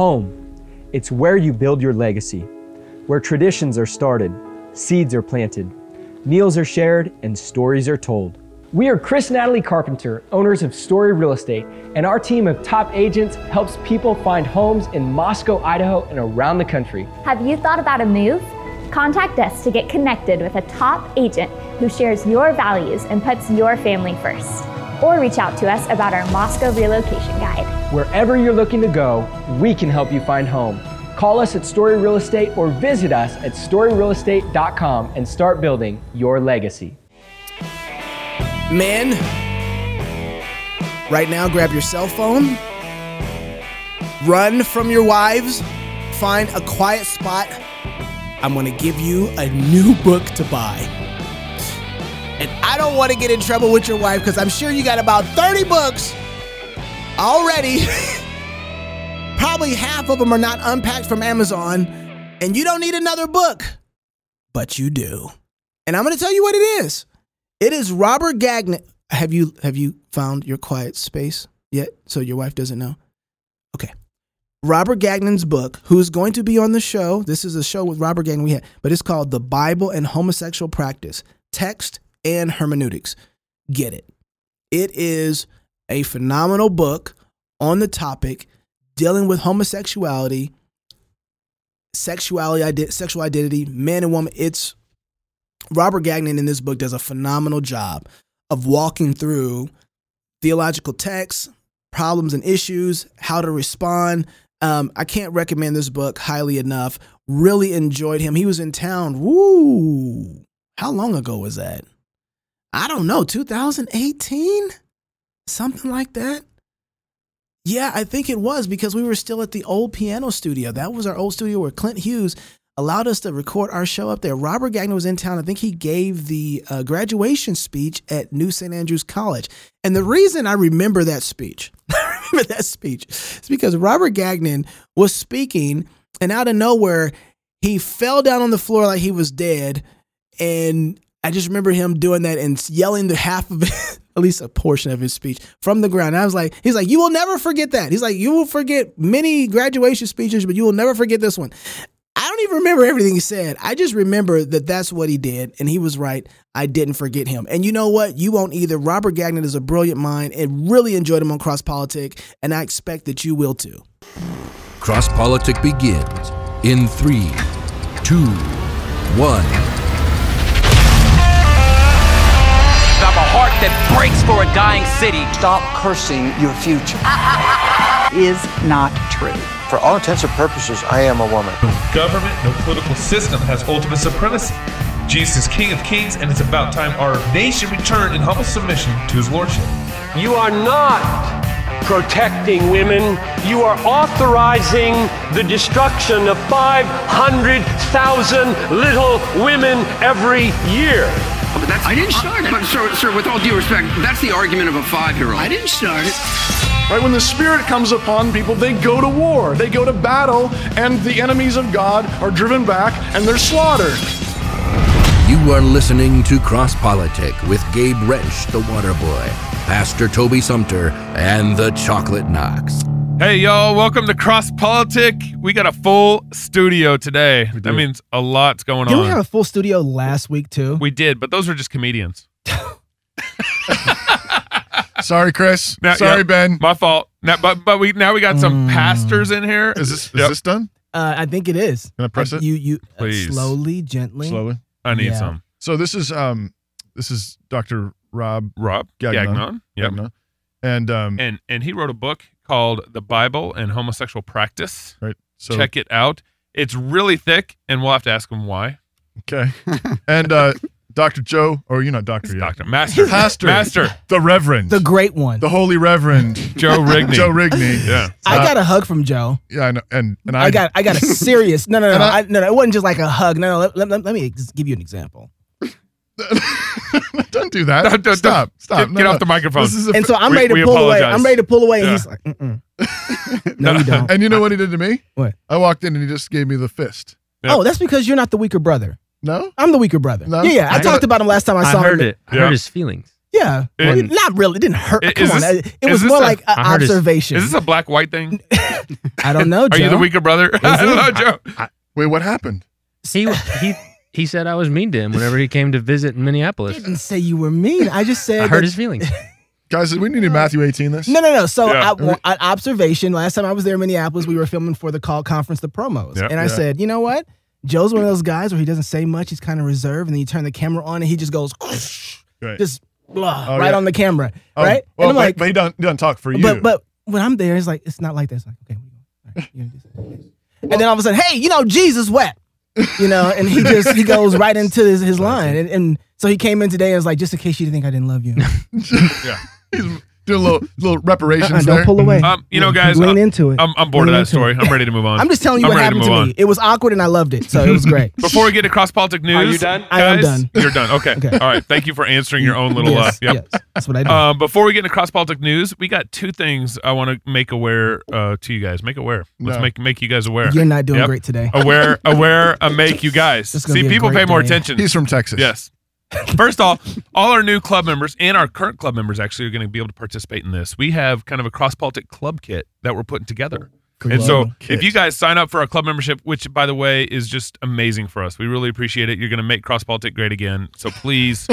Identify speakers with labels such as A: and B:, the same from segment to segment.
A: home. It's where you build your legacy, where traditions are started, seeds are planted, meals are shared, and stories are told.
B: We are Chris and Natalie Carpenter, owners of Story Real Estate, and our team of top agents helps people find homes in Moscow, Idaho, and around the country.
C: Have you thought about a move? Contact us to get connected with a top agent who shares your values and puts your family first. Or reach out to us about our Moscow relocation guide.
B: Wherever you're looking to go, we can help you find home. Call us at Story Real Estate or visit us at storyrealestate.com and start building your legacy.
D: Men, right now grab your cell phone, run from your wives, find a quiet spot. I'm gonna give you a new book to buy. And I don't wanna get in trouble with your wife because I'm sure you got about 30 books already. Probably half of them are not unpacked from Amazon, and you don't need another book, but you do. And I'm gonna tell you what it is. It is Robert Gagnon. Have you have you found your quiet space yet? So your wife doesn't know. Okay. Robert Gagnon's book, who's going to be on the show. This is a show with Robert Gagnon we had, but it's called The Bible and Homosexual Practice: Text and Hermeneutics. Get it. It is a phenomenal book on the topic dealing with homosexuality, sexuality, ide- sexual identity, man and woman. It's Robert Gagnon in this book does a phenomenal job of walking through theological texts, problems and issues, how to respond. Um, I can't recommend this book highly enough. Really enjoyed him. He was in town. Woo! How long ago was that? I don't know. 2018, something like that. Yeah, I think it was because we were still at the old piano studio. That was our old studio where Clint Hughes allowed us to record our show up there. Robert Gagnon was in town. I think he gave the uh, graduation speech at New St. Andrews College. And the reason I remember that speech, I remember that speech, is because Robert Gagnon was speaking, and out of nowhere, he fell down on the floor like he was dead. And I just remember him doing that and yelling the half of it, at least a portion of his speech from the ground. And I was like, he's like, you will never forget that. He's like, you will forget many graduation speeches, but you will never forget this one. I don't even remember everything he said. I just remember that that's what he did, and he was right. I didn't forget him. And you know what? You won't either. Robert Gagnon is a brilliant mind and really enjoyed him on Cross Politic, and I expect that you will too.
E: Cross Politic begins in three, two, one.
F: I'm a heart that breaks for a dying city.
G: Stop cursing your future.
H: is not true.
G: For all intents and purposes, I am a woman.
I: No government, no political system has ultimate supremacy. Jesus is King of Kings, and it's about time our nation returned in humble submission to his lordship.
J: You are not protecting women. You are authorizing the destruction of 500,000 little women every year.
K: But that's, I didn't start it. But sir, sir, with all due respect, that's the argument of a five-year-old. I didn't start it.
L: Right when the spirit comes upon people, they go to war, they go to battle, and the enemies of God are driven back and they're slaughtered.
E: You are listening to Cross Politic with Gabe Wrench, the water boy, Pastor Toby Sumter, and the Chocolate Knox.
I: Hey, y'all, welcome to Cross Politic. We got a full studio today. That means a lot's going
D: Did
I: on.
D: we have a full studio last week too?
I: we did, but those were just comedians.
M: Sorry, Chris.
I: Now-
M: Sorry,
I: yeah,
M: Ben.
I: My fault. Now, but but we now we got some
J: Mm.
I: pastors in here.
M: Is this is
I: Yep,
M: this done?
D: Uh, I think it is.
M: Can I press
D: Uh,
M: it?
D: You you uh,
I: Please.
D: slowly, gently.
M: Slowly.
I: I need
D: yeah.
I: some.
M: So this is um this is Dr. Rob
I: Rob
M: Gagnon.
I: Gagnon. Yep.
M: Wagner. And um
I: and and he wrote a book called The Bible and Homosexual Practice.
M: right. So
I: Check it out. It's really thick, and we'll have to ask him why.
M: okay. And uh Dr. Joe, or you're not
I: He's
M: Dr.
I: a
M: yet.
I: doctor, master,
M: Pastor.
I: master
M: The Reverend.
D: The great one.
M: the Holy Reverend.
I: Joe Rigney.
M: Joe Rigney.
I: Yeah.
D: I got a hug from Joe.
M: Yeah, I know. And and I,
D: I, got I got a serious no no no
M: And
D: no,
M: I-
D: I, no no it wasn't just like a hug no no let, let, let- let me ex- give you an example
M: don't do that.
I: Don't- don't-
M: stop.
I: don't.
M: Stop.
I: Get- get off the microphone.
M: This is a,
D: and so I'm
I: We-
D: ready to
I: we
D: pull away
I: apologize.
D: I'm ready to pull away and
I: Yeah.
D: he's like Mm-mm. no you don't
M: and you know what he did to me?
D: What?
M: I walked in and he just gave me the fist.
I: Yeah.
D: oh that's because you're not the weaker brother
M: No?
D: I'm the weaker brother
M: No.
D: yeah yeah I,
M: I
D: talked
M: know.
D: about him last time I, saw him
N: I heard it. I
I: Yeah.
N: heard his feelings.
D: Yeah,
N: It-
D: Well, not really. It didn't hurt.
N: I-
D: Come
N: is
D: on, uh,
N: this-
D: it- it
N: is
D: was
N: this
D: more
N: a-
D: like an
N: I heard it's-
D: observation.
N: Is this a black white thing?
D: I don't know.
N: Are you the
D: Joe.
N: weaker brother? I don't know, Joe.
M: Wait, what happened?
O: See, he he said I was mean to him whenever he came to visit in Minneapolis.
D: didn't say you were mean. I just said
O: I hurt
D: that-
O: his feelings.
M: Guys, we need to Matthew 18 this.
D: No, no, no. So
M: Yeah.
D: I, well, an observation. Last time I was there in Minneapolis, we were filming for the call conference, the promos,
M: Yeah.
D: and I
M: Yeah.
D: said, you know what? Joe's one of those guys where he doesn't say much. He's kind of reserved, and then you turn the camera on, and he just goes,
M: Right.
D: just blah,
M: Oh,
D: right
M: yeah.
D: on the camera,
M: Oh,
D: right?
M: Well,
D: and I'm
M: but-
D: like,
M: but he doesn't, doesn't talk for you.
D: but but when I'm there, it's like it's not like that. It's like okay, all right, you know, just- and then all of a sudden, hey, you know, Jesus wet, you know, and he just he goes right into his, his line, and, and so he came in today and was like, just in case you didn't think I didn't love you,
M: yeah. He's doing a little, little reparations
D: Uh-uh, don't
M: there.
D: pull away.
I: Um, you know, guys,
D: lean
I: I'm,
D: into it.
I: I'm, I'm bored
D: Lean
I: of
D: into
I: that story. I'm ready to move on.
D: I'm just telling you
I: I'm
D: what
I: ready to
D: happened to,
I: move
D: me. It was awkward and I loved it, so it was great.
I: Before we get to cross politic news,
D: Are you done? I am
I: guys?
D: done.
I: You're done. Okay. All right. Thank you for answering your own little.
D: Yes,
I: uh, yep.
D: That's what I do.
I: Um, before we get into cross politic news, we got two things I want to make aware uh, to you guys. Make aware. Let's
D: No.
I: make make you guys aware.
D: You're not doing great today.
I: Aware, aware, uh, make you guys.
D: This is gonna
I: See,
D: be a
I: people pay
D: great
I: more
D: day.
I: attention.
M: He's from Texas.
I: Yes. First off, all our new club members and our current club members actually are going to be able to participate in this. We have kind of a cross politic club kit that we're putting together. and so,
M: Club kit.
I: if you guys sign up for our club membership, which by the way is just amazing for us, we really appreciate it. You're going to make cross politic great again. So please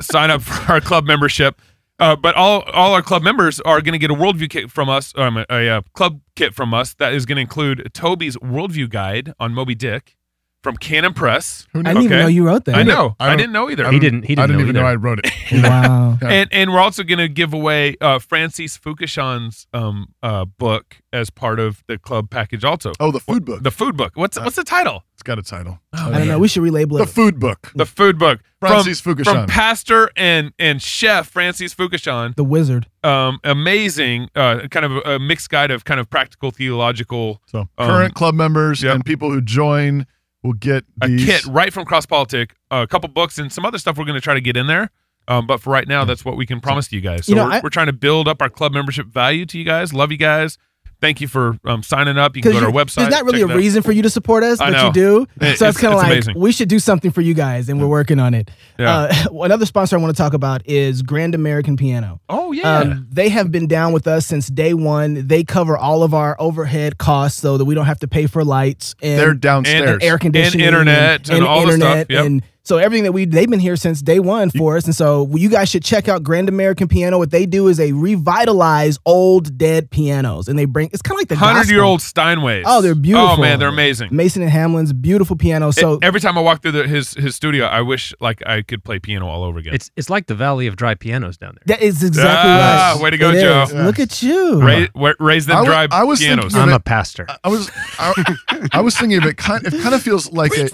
I: sign up for our club membership. Uh, but all all our club members are going to get a worldview kit from us, um, a, a, uh, club kit from us that is going to include Toby's worldview guide on Moby Dick from Cannon Press.
D: I didn't even know you wrote that.
I: I know. I,
M: don't-
I: didn't know either.
M: I I didn't even know I wrote it.
D: Wow.
I: And and we're also going to give away uh, Francis Fukushan's um, uh, book as part of the club package. Also,
M: Oh, the food book. Uh,
I: the food book. What's what's the title?
M: It's got a title.
D: I don't know. We should relabel
M: Oh, The
D: it.
M: food book.
I: The food book.
M: Francis
I: from,
M: Fukushan.
I: from pastor and and chef Francis Fukushan.
D: The wizard.
I: um, amazing uh, kind of a, a mixed guide of kind of practical theological
M: So
I: um,
M: current club members and people who join will get
I: a
M: these.
I: kit right from cross politic a couple books and some other stuff we're going to try to get in there um, but for right now that's what we can promise to you guys so
D: Hmm. You know,
I: we're,
D: I-
I: we're trying to build up our club membership value to you guys love you guys thank you for um, signing up you can go to our
D: you-
I: website
D: There's not really
I: check
D: a
I: it out.
D: reason for you to support us,
I: I
D: but
I: know.
D: you do.
I: It-
D: so
I: it's-
D: it's kind of
I: it's
D: like
I: amazing.
D: we should do something for you guys, and we're working on it.
I: Yeah.
D: Uh, another sponsor I want to talk about is Grand American Piano.
I: Oh yeah.
D: Um, they have been down with us since day one. They cover all of our overhead costs so that we don't have to pay for lights and
M: They're downstairs.
D: and air
M: And
D: conditioning,
I: internet and all the stuff.
D: internet
I: Yep.
D: and so everything that we they've been here since day one for us, and so well, you guys should check out Grand American Piano. What they do is they revitalize old dead pianos, and they bring it's kind of like the
I: 100 year
D: gospel.
I: old steinways
D: Oh, they're beautiful.
I: oh man they're amazing
D: Mason and Hamlin's beautiful piano. So
I: E- every time i walk through the, his his studio i wish like i could play piano all over again
O: It's it's like the Valley of Dry Pianos down there.
D: that is exactly
I: Ah,
D: right.
I: way to go,
D: It
I: Joe.
D: is. Look at you.
I: raise, wa- raise them
M: I wa-
I: dry
M: I was thinking
I: pianos Uh,
M: of I'm a it-
O: pastor.
M: I was I, I was thinking of it kind it kind of feels like a,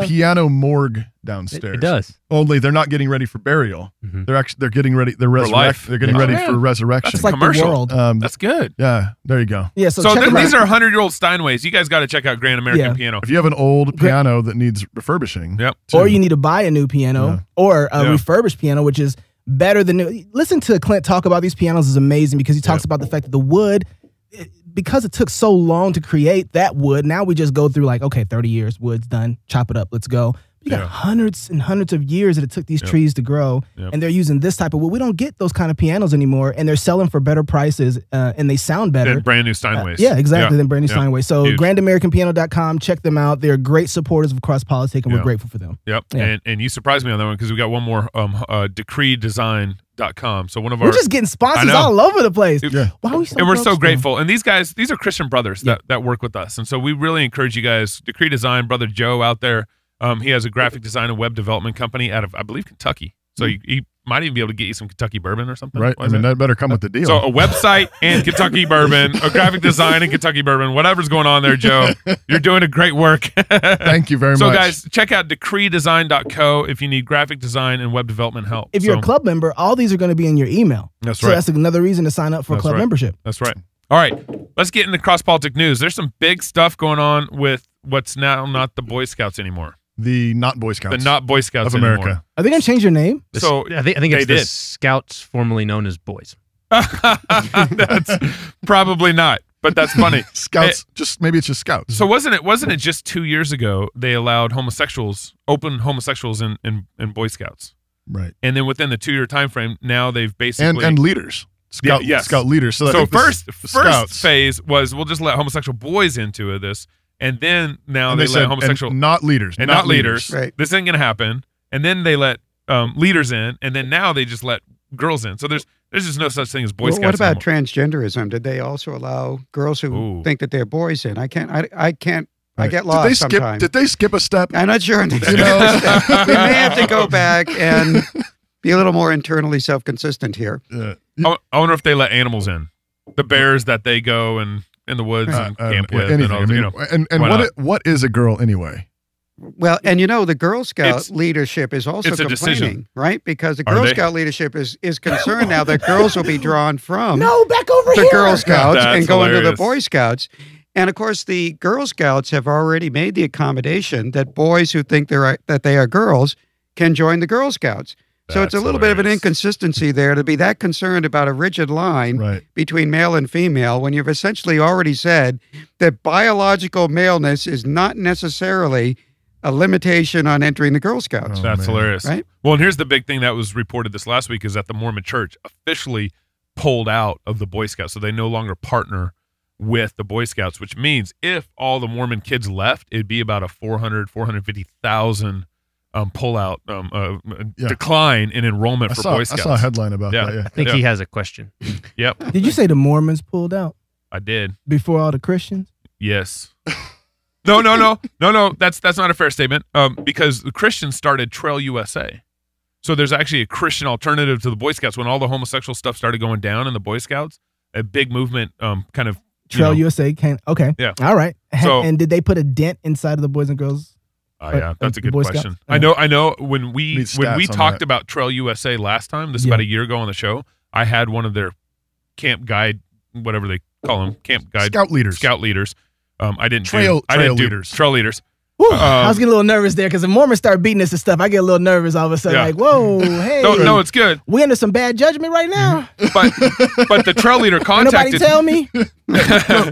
M: a piano morgue downstairs.
O: It does. Mm-hmm.
M: Only they're not getting ready for burial. They're actually they're getting ready they're
I: life.
M: resurrect, they're getting
I: Yeah.
M: ready
I: Yeah.
M: for resurrection.
D: It's like the commercial. world.
M: Um,
I: that's good
M: yeah, there you go.
D: Yeah. So,
I: so,
D: check
I: th-
D: them
I: these
D: out.
I: are 100 year old steinways you guys got to check out grand american
D: Yeah.
I: piano
M: If you have an old piano that needs refurbishing,
I: yep
D: or you need to buy a new piano
M: Yeah.
D: or a
I: Yeah.
D: refurbished piano, which is better than new. Listen to Clint talk about these pianos is amazing because he talks about the fact that the wood, it- because it took so long to create that wood, now we just go through like, okay, 30 years, wood's done, chop it up, let's go. You got
I: Yeah.
D: hundreds and hundreds of years that it took these
I: Yep.
D: trees to grow,
I: Yep.
D: and they're using this type of wood. We don't get those kind of pianos anymore, and they're selling for better prices, uh, and they sound better.
I: Than brand new
D: Uh,
I: Steinways.
D: yeah, exactly. Then Brandy
I: yeah.
D: Steinway. So
I: Huge.
D: grandamericanpiano.com. Check them out. They're great supporters of Cross Politic, and
I: Yeah.
D: we're grateful for them.
I: Yep.
D: Yeah.
I: And and you surprised me on that one because we got one more um uh decreedesign.com. So one of our
D: We're just getting
I: I
D: sponsors
I: know.
D: all over the place.
I: Yeah.
D: Why are we so
I: and we're so
D: broke,
I: grateful. And these guys, these are Christian brothers that, that work with us. And so we really encourage you guys, Decree Design, brother Joe out there. Um, he has a graphic design and web development company out of, I believe, Kentucky.
D: Hmm.
I: So you, he might even be able to get you some Kentucky bourbon or something.
M: right?
I: Why
M: I
I: is
M: mean
I: that?
M: that better come with the deal.
I: So a website and Kentucky bourbon, a graphic design and Kentucky bourbon, whatever's going on there, Joe, you're doing a great work.
M: Thank you very
I: so
M: much.
I: guys, check out decreedesign.co if you need graphic design and web development help.
D: If you're
I: So-
D: a club member, all these are going to be in your email.
I: That's
D: so
I: right.
D: that's another reason to sign up for
I: That's
D: club
I: right.
D: membership.
I: That's right. All right, let's get into cross politic news. There's some big stuff going on with what's now not the Boy Scouts anymore,
M: the not Boy Scouts
I: the not Boy Scouts
M: of America.
I: anymore.
D: Are they going to change your name?
O: The s-
I: So,
O: I think I think it's
I: they
O: the
I: did.
O: Scouts, formerly known as Boys.
I: that's probably not, but that's funny.
M: Scouts just maybe it's just Scouts.
I: So wasn't it wasn't it just two years ago they allowed homosexuals, open homosexuals in in, in Boy Scouts?
M: Right.
I: And then within the two year time frame, now they've basically
M: and and leaders, scout
I: Yeah, yes.
M: scout leaders. So, I think this-
I: first
M: the
I: first
M: scouts,
I: phase was we'll just let homosexual boys into this, and then now
M: And
I: they,
M: they
I: let
M: said,
I: homosexual
M: and not leaders,
I: and
M: not
I: not, leaders.
M: leaders. Right.
I: This ain't gonna happen. And then they let um, leaders in, and then now they just let girls in. So there's there's just no such thing as boy
P: Well,
I: scouts.
P: what about
I: anymore.
P: transgenderism? Did they also allow girls who think that they're boys in? I can't. I, I can't. I
M: Right.
P: get
M: Did
P: lost
M: they skip-
P: sometimes.
M: did they skip a step?
P: I'm not sure. They
M: You
P: skipped
M: know?
P: a step. we may have to go back and be a little more internally self-consistent here.
I: I, I wonder if they let animals in, the bears that they go and in the woods and
M: uh,
I: camp
M: yeah,
I: with,
M: anything.
I: and all
M: I
I: you
M: mean,
I: know.
M: and, and
I: why
M: what
I: not?
M: i- what is a girl anyway?
P: Well, and you know, the Girl Scout
M: It's-
P: leadership is also
M: it's a decision.
P: complaining, right? Because the
M: Are
P: Girl
M: they?
P: Scout leadership is is concerned now that girls will be drawn from
D: No, back over
P: the
D: here.
P: Girl Scouts and
D: That's
P: go into the
D: hilarious.
P: Boy Scouts. And of course, the Girl Scouts have already made the accommodation that boys who think they're that they are girls can join the Girl Scouts. So it's a little bit of an inconsistency there to be that concerned about a rigid line between male and female when you've essentially already said that biological maleness is not necessarily a limitation on entering the Girl Scouts.
I: That's hilarious.
P: Right?
I: Well, and here's the big thing that was reported this last week is that the Mormon Church officially pulled out of the Boy Scouts, so they no longer partner with the Boy Scouts, which means if all the Mormon kids left, it'd be about a 400, 450,000 um, pullout, um, uh,
M: Yeah.
I: decline in enrollment
M: I
I: for
M: saw-
I: Boy
M: I
I: Scouts.
M: saw a headline about that, yeah. I think he has
I: a question. Yep,
D: Did you say the Mormons pulled out
I: I did.
D: before all the Christians?
I: Yes. No, no, no, no, no. That's that's not a fair statement. Um, because the Christians started Trail USA, so there's actually a Christian alternative to the Boy Scouts. When all the homosexual stuff started going down in the Boy Scouts, a big movement, um, kind of you
D: Trail
I: know-
D: USA can okay.
I: Yeah.
D: All right.
I: So-
D: and did they put a dent inside of the boys and girls?
I: Oh,
D: uh,
I: yeah, that's
D: the
I: a good
D: Boy
I: question.
D: Scouts?
I: I know, I know. When we
M: Need
I: when we
M: stats on
I: talked
M: that.
I: about Trail USA last time, this is
M: Yeah.
I: about a year ago on the show. I had one of their camp guide, whatever they call them, camp guide
M: Scout leaders.
I: scout leaders. Um, I didn't do-
M: Trail-
I: I didn't
M: trail
I: do
M: leaders.
I: trail leaders.
D: Whew,
I: Um,
D: I was getting a little nervous there because the Mormons start beating us and stuff. I get a little nervous all of a sudden.
I: Yeah.
D: Like, whoa, hey,
I: No, no, it's good.
D: we under some bad judgment right now.
I: But the trail leader
D: Ain't Nobody
I: contacted.
D: tell me.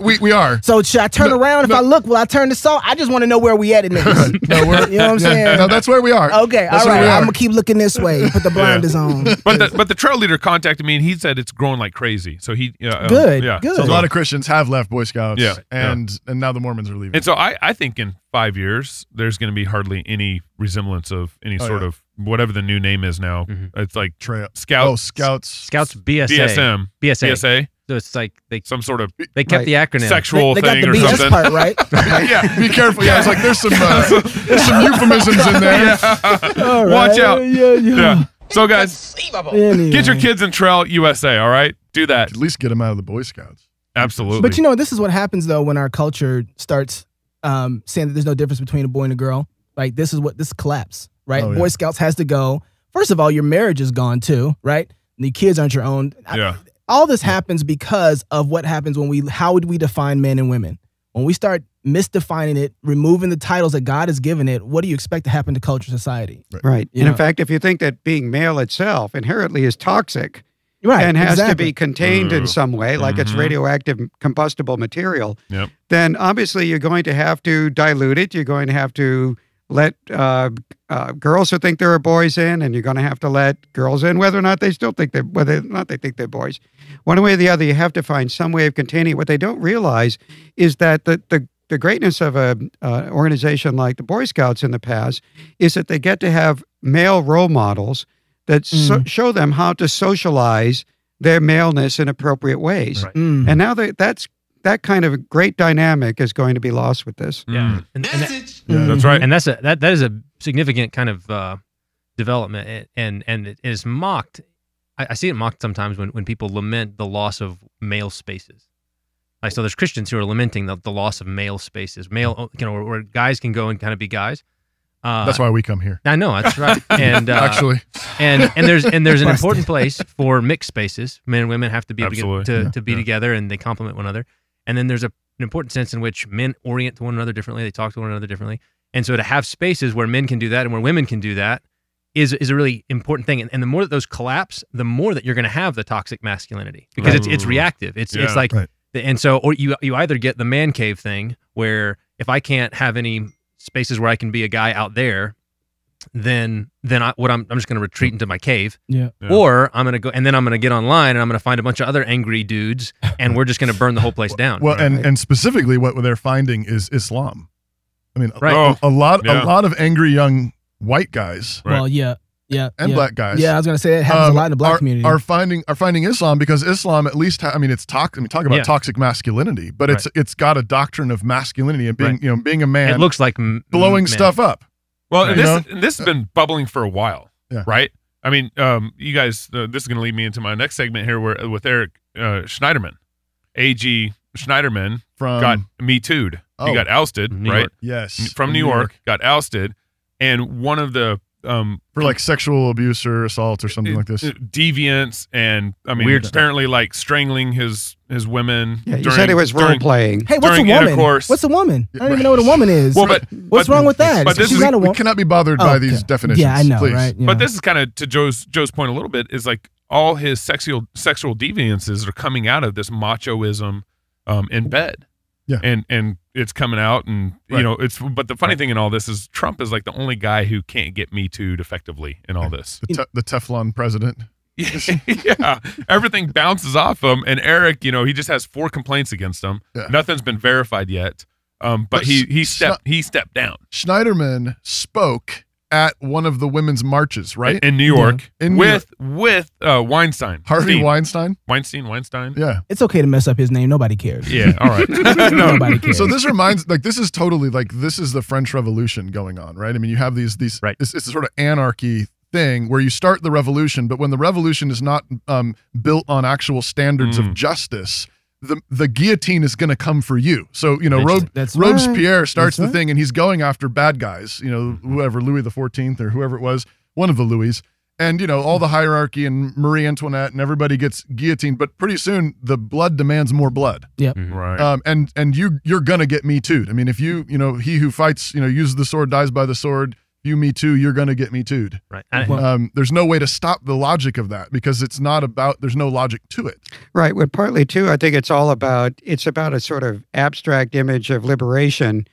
M: we, we are.
D: So should I turn around if I look? Will I turn to salt? I just want to know where we at in this.
M: No, we're,
D: You know what I'm saying?
M: No, that's where we are.
D: Okay,
M: That's
D: all
M: where
D: right.
M: we are.
D: I'm gonna keep looking this way. Put the blinders on.
I: but the but the trail leader contacted me and he said it's growing like crazy. So he uh, um, yeah.
M: So a lot of Christians have left Boy Scouts.
I: Yeah, yeah.
M: And and now the Mormons are leaving.
I: and so I I think in five years there's going to be hardly any resemblance of any
M: Oh,
I: sort
M: yeah.
I: of whatever the new name is now.
O: Mm-hmm.
I: It's like
M: trail
I: scout
M: Oh, Scouts.
I: Scouts
O: BSA.
I: BSM
O: BSA.
I: BSA.
O: So it's like they
I: some sort of
O: they kept the acronym
I: sexual thing or something.
M: yeah, be careful. Yeah, it's like there's some uh, there's some euphemisms in there.
I: All right. Watch out.
D: Yeah,
I: yeah. So guys, get your kids in Trail USA. All right, do that. At
M: least get them out of the Boy Scouts.
I: Absolutely.
D: But you know, this is what happens though when our culture starts um, saying that there's no difference between a boy and a girl. Like this is what this collapse, right?
M: Oh, yeah.
D: Boy Scouts has to go. First of all, your marriage is gone too, right? And the kids aren't your own. I-
I: yeah.
D: all this happens because of what happens when we how would we define men and women? When we start misdefining it, removing the titles that God has given it, what do you expect to happen to culture society?
P: Right.
D: You
P: and
D: know?
P: in fact, if you think that being male itself inherently is toxic
D: Right,
P: and has to
D: exactly.
P: be contained in
D: Ooh.
P: some way, like it's
D: Mhm.
P: radioactive combustible material,
I: Yep.
P: then obviously you're going to have to dilute it. You're going to have to let uh, uh, girls who think there are boys in, and you're going to have to let girls in, whether or not they still think they're whether or not they think they're boys. One way or the other, you have to find some way of containing it. What they don't realize is that the the the greatness of a uh, organization like the Boy Scouts in the past is that they get to have male role models that
I: Mm.
P: so- show them how to socialize their maleness in appropriate ways.
D: Mm.
P: And now that that's that kind of great dynamic is going to be lost with this.
O: Yeah. Mm. And, and that-
I: Yeah,
P: Mm-hmm.
I: that's right.
O: And that's a that that is a significant kind of uh, development, a- and and it is mocked. I, I see it mocked sometimes when when people lament the loss of male spaces. Like so, there's Christians who are lamenting the, the loss of male spaces, male you know, where, where guys can go and kind of be guys. Uh,
M: That's why we come here.
O: I know that's right. And uh,
M: Actually.
O: and and there's and there's an
M: Busted.
O: important place for mixed spaces. Men and women have to be able to get-
M: Absolutely.
O: to,
M: Yeah.
O: to be together and they complement one another. And then there's a, an important sense in which men orient to one another differently. They talk to one another differently. And so to have spaces where men can do that and where women can do that is is a really important thing. And, and the more that those collapse, the more that you're going to have the toxic masculinity because it's it's
I: Ooh.
O: reactive. It's it's
I: Yeah.
O: like
I: Right.
O: the- and so or you you either get the man cave thing where if I can't have any spaces where I can be a guy out there, then then I, what I'm I'm just going to retreat into my cave.
Q: Yeah. Yeah.
O: Or I'm going to go and then I'm going to get online and I'm going to find a bunch of other angry dudes and we're just going to burn the whole place down.
M: Well, and and specifically, what they're finding is Islam. I mean, a-
O: Right.
I: Oh,
M: a, a lot a
O: Yeah.
M: lot of angry young white guys.
Q: Well, yeah, yeah,
M: and
Q: yeah.
M: black guys.
Q: Yeah, I was gonna say that happens
M: um,
Q: a lot in the black
M: are,
Q: community.
M: Are finding are finding Islam because Islam at least ha- I mean it's toxic. I mean talk about
O: Yeah.
M: toxic masculinity, but it's it's got a doctrine of masculinity and being
O: Right.
M: you know being a man.
O: It looks like m-
M: blowing
O: men.
M: stuff up.
I: Well, and
M: You
I: this
M: know?
I: and this has been bubbling for a while,
M: Yeah.
I: right? I mean, um, you guys, uh, this is going to lead me into my next segment here, where with Eric uh, Schneiderman, AG Schneiderman
M: From-
I: got me too'd.
M: Oh.
I: he got ousted,
M: New
I: right?
M: York. Yes,
I: from New, York, got ousted, and one of the um,
M: for like sexual abuse or assault or something like this.
I: deviants and I mean
M: Weird stuff.
I: apparently like strangling his his women.
P: Yeah, you said it was role playing.
D: Hey, what's a
I: during
D: woman?
I: intercourse.
D: What's a woman? I don't even know what a woman is.
I: Well, but-
D: what's
I: but-
D: wrong with that?
I: but this
D: She's
I: is-
D: not a
I: we
D: woman.
M: cannot be bothered
D: Oh,
M: by
D: okay.
M: these definitions.
D: Yeah, I know,
M: please.
D: right?
I: But this is kind of to Joe's Joe's point a little bit is like all his sexual sexual deviances are coming out of this machoism um, in bed.
M: Yeah.
I: And and it's coming out and you
M: Right.
I: know it's but the funny thing in all this is Trump is like the only guy who can't get me too effectively in all this.
M: The, te- the Teflon president.
I: yeah. Everything bounces off him and Eric, you know, he just has four complaints against him.
M: Yeah.
I: Nothing's been verified yet. Um, but,
M: But
I: he
M: s-
I: he
M: s-
I: stepped he stepped down.
M: Schneiderman spoke at one of the women's marches, right?
I: In New York
M: In New
I: with
M: York.
I: with uh, Weinstein.
M: Harvey
I: Steen.
M: Weinstein.
I: Weinstein, Weinstein.
M: Yeah.
D: It's okay to mess up his name. Nobody cares.
I: Yeah, all right.
D: Nobody cares.
M: So this reminds like this is totally like this is the French Revolution going on, right? I mean, you have these these right. it's, it's a sort of anarchy thing where you start the revolution, but when the revolution is not um, built on actual standards
Q: Mm.
M: of justice, the the guillotine is going to come for you. So you know, Rob,
Q: Interesting. That's right.
M: Robespierre starts
Q: That's Mm-hmm.
M: the thing, and he's going after bad guys. You know, whoever Louis the Fourteenth or whoever it was, one of the Louis. And you know all the hierarchy and Marie Antoinette and everybody gets guillotined, but pretty soon the blood demands more blood.
Q: Yep.
I: Right.
M: Um, and and you you're gonna get me too. I mean, if you you know he who fights you know uses the sword dies by the sword. You me too. You're gonna get me too.
O: Right.
P: And-
M: Um, there's no way to stop the logic of that because it's not about. There's no logic to it.
P: Right. Well, partly too, I think it's all about it's about a sort of abstract image of liberation,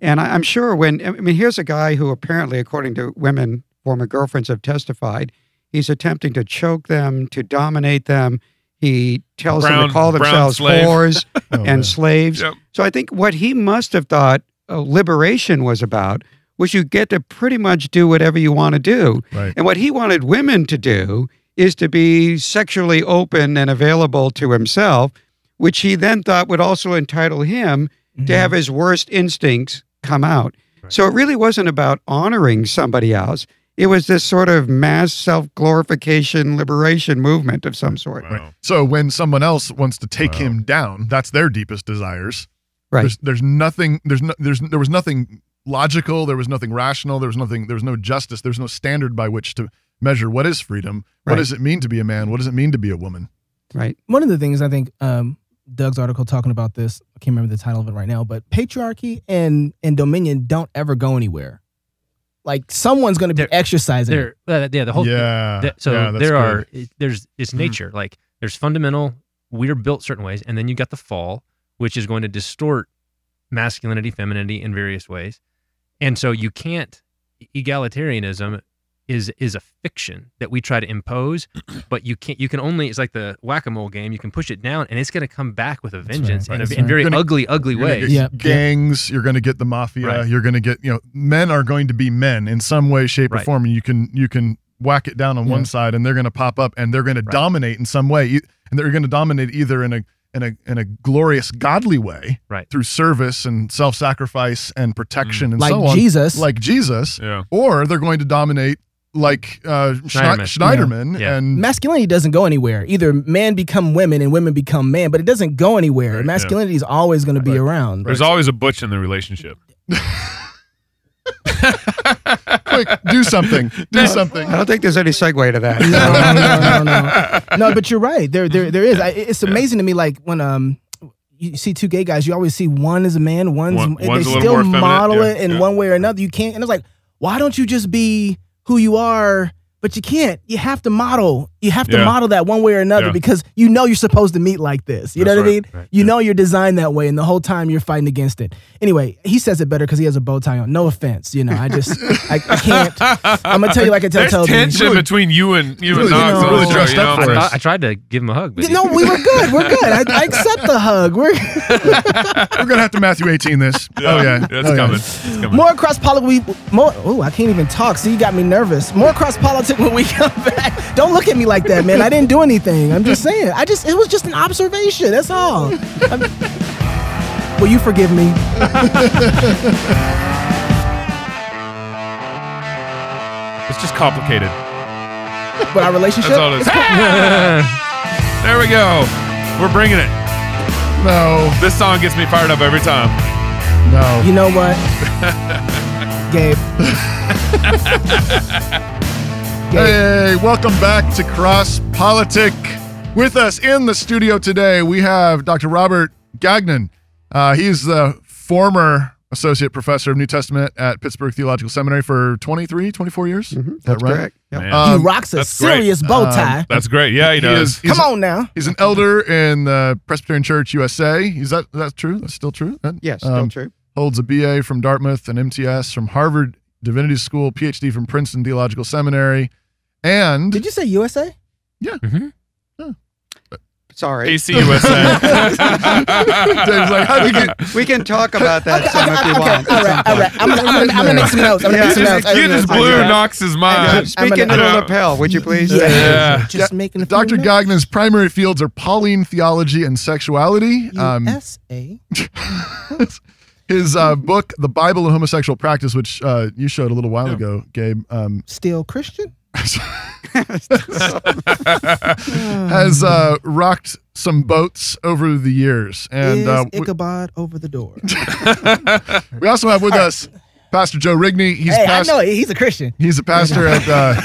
P: and I, I'm sure when I mean, here's a guy who apparently, according to women, former girlfriends have testified, he's attempting to choke them, to dominate them. He tells them
K: Brown-
P: to call
K: brown
P: themselves
K: slave.
P: whores
K: Oh,
P: and
K: man.
P: slaves.
K: Yep.
P: So I think what he must have thought uh, liberation was about was you get to pretty much do whatever you want to do.
M: Right.
P: And what he wanted women to do is to be sexually open and available to himself, which he then thought would also entitle him
M: Mm-hmm.
P: to have his worst instincts come out. So it really wasn't about honoring somebody else. It was this sort of mass self glorification liberation movement of some sort.
M: So when someone else wants to take him down, that's their deepest desires.
P: Right.
M: There's, there's nothing. There's no. There's there was nothing logical. There was nothing rational. There was nothing. There was no justice. There's no standard by which to measure what is freedom. What
P: Right.
M: does it mean to be a man? What does it mean to be a woman?
P: Right.
D: One of the things I think um, Doug's article talking about this, I can't remember the title of it right now, but patriarchy and, and dominion don't ever go anywhere. Like someone's going to be exercising. it.
O: There, uh, yeah, the whole
M: Yeah,
O: the- so
M: yeah, that's
O: there
M: good.
O: are it- there's it's
M: Mhm.
O: nature like there's fundamental we're built certain ways, and then you got the fall, which is going to distort masculinity, femininity in various ways, and so you can't e, egalitarianism is is a fiction that we try to impose, but you can't you can only it's like the whack a mole game you can push it down and it's going to come back with a vengeance in, a, in very
M: You're gonna-
O: ugly ugly
M: you're gonna
O: ways.
M: get gangs. You're going to get the mafia.
O: Right.
M: You're going to get you know men are going to be men in some way, shape, or
O: Right.
M: form. And you can you can whack it down on
O: Yeah.
M: one side, and they're going to pop up, and they're going to dominate in some way, E- and they're going to dominate either in a in a in a glorious godly way,
O: right,
M: through service and self sacrifice and protection and
D: Like
M: so on,
D: Jesus.
M: like Jesus,
I: yeah.
M: or they're going to dominate like uh, Schne- Schneiderman and
D: masculinity doesn't go anywhere. Either men become women and women become men, but it doesn't go anywhere. masculinity is always going to be around.
I: There's always a butch in the relationship.
M: quick, do something, do something.
P: I don't think there's any segue to that.
D: no, no, no. no, but you're right. There, there, there is. I, it's amazing to me. Like when um, you see two gay guys, you always see one is a man, one's
I: One-
D: and
I: one's a
D: they
I: little
D: still
I: more effeminate,
D: model
I: yeah,
D: it in
I: yeah.
D: one way or another. You can't. And it's like, why don't you just be who you are But you can't. You have to model. You have to
Q: Yeah.
D: model that one way or another
Q: Yeah.
D: because you know you're supposed to meet like this. You
Q: That's
D: know what I
Q: right,
D: mean?
Q: right,
D: You know you're designed that way, and the whole time you're fighting against it. Anyway, he says it better because he has a bow tie on. No offense, you know. I just I, I can't. I'm gonna tell you like I tell
I: There's
D: Toby.
I: tension between you and you and Knox. on the show, you know?
O: I, thought- I tried to give him a hug, but
D: No, we were good. We're good. I, I accept the hug. We're
M: We're gonna have to Matthew 18 this. oh yeah,
I: that's
M: Oh, yeah.
I: coming. It's coming.
D: More cross politics. More. Oh, I can't even talk. See, you got me nervous. More cross politics when we come back. Don't look at me like that, man. I didn't do anything. I'm just saying. I just. It was just an observation. That's all. I'm- will you forgive me?
I: It's just complicated.
D: But our relationship.
I: That's all it is. there we go. We're bringing it.
M: No.
I: This song gets me fired up every time.
M: No.
D: You know what, Gabe?
M: Hey, welcome back to Cross Politic. With us in the studio today, we have Dr. Robert Gagnon. Uh, he's the former associate professor of New Testament at Pittsburgh Theological Seminary for 23, 24 years.
I: Mm-hmm.
M: Is that
P: that's
M: right?
P: correct. Yep.
I: Man.
M: Um,
D: he rocks a
I: that's great.
D: serious bow tie.
M: Um,
I: That's great. Yeah, he does.
M: is- he's-
D: Come on now.
M: He's an elder in the Presbyterian Church USA. Is that that's true? That's still true. That-
P: Yes, still true.
M: Holds a BA from Dartmouth, an MTS from Harvard Divinity School, PhD from Princeton Theological Seminary, and
D: Did you say USA?
M: Yeah.
P: Sorry.
M: Dave's like, how do you get
P: we can talk about that some if you want.
D: All right, all right. I'm gonna, I'm gonna, I'm gonna make some notes. I'm gonna
P: Yeah,
D: make some
P: you
D: notes.
P: just- you just blew
I: Blue
P: Yeah.
I: Knox's
P: Uh,
I: mind.
P: Speak into the lapel, would you please? uh,
I: Yeah. Yeah.
D: Just making a
M: Dr. Gagnon's primary fields are Pauline theology and sexuality. Um,
D: USA.
M: his uh, book, The Bible and Homosexual Practice, which uh, you showed a little while ago, Gabe, um,
D: Still Christian?
M: has uh, rocked some boats over the years. And
D: is
M: uh, we-
D: Ichabod over the door?
M: we also have with us Pastor Joe Rigney. He's
D: hey,
M: past-
D: I know it. he's a Christian.
M: He's a pastor at uh,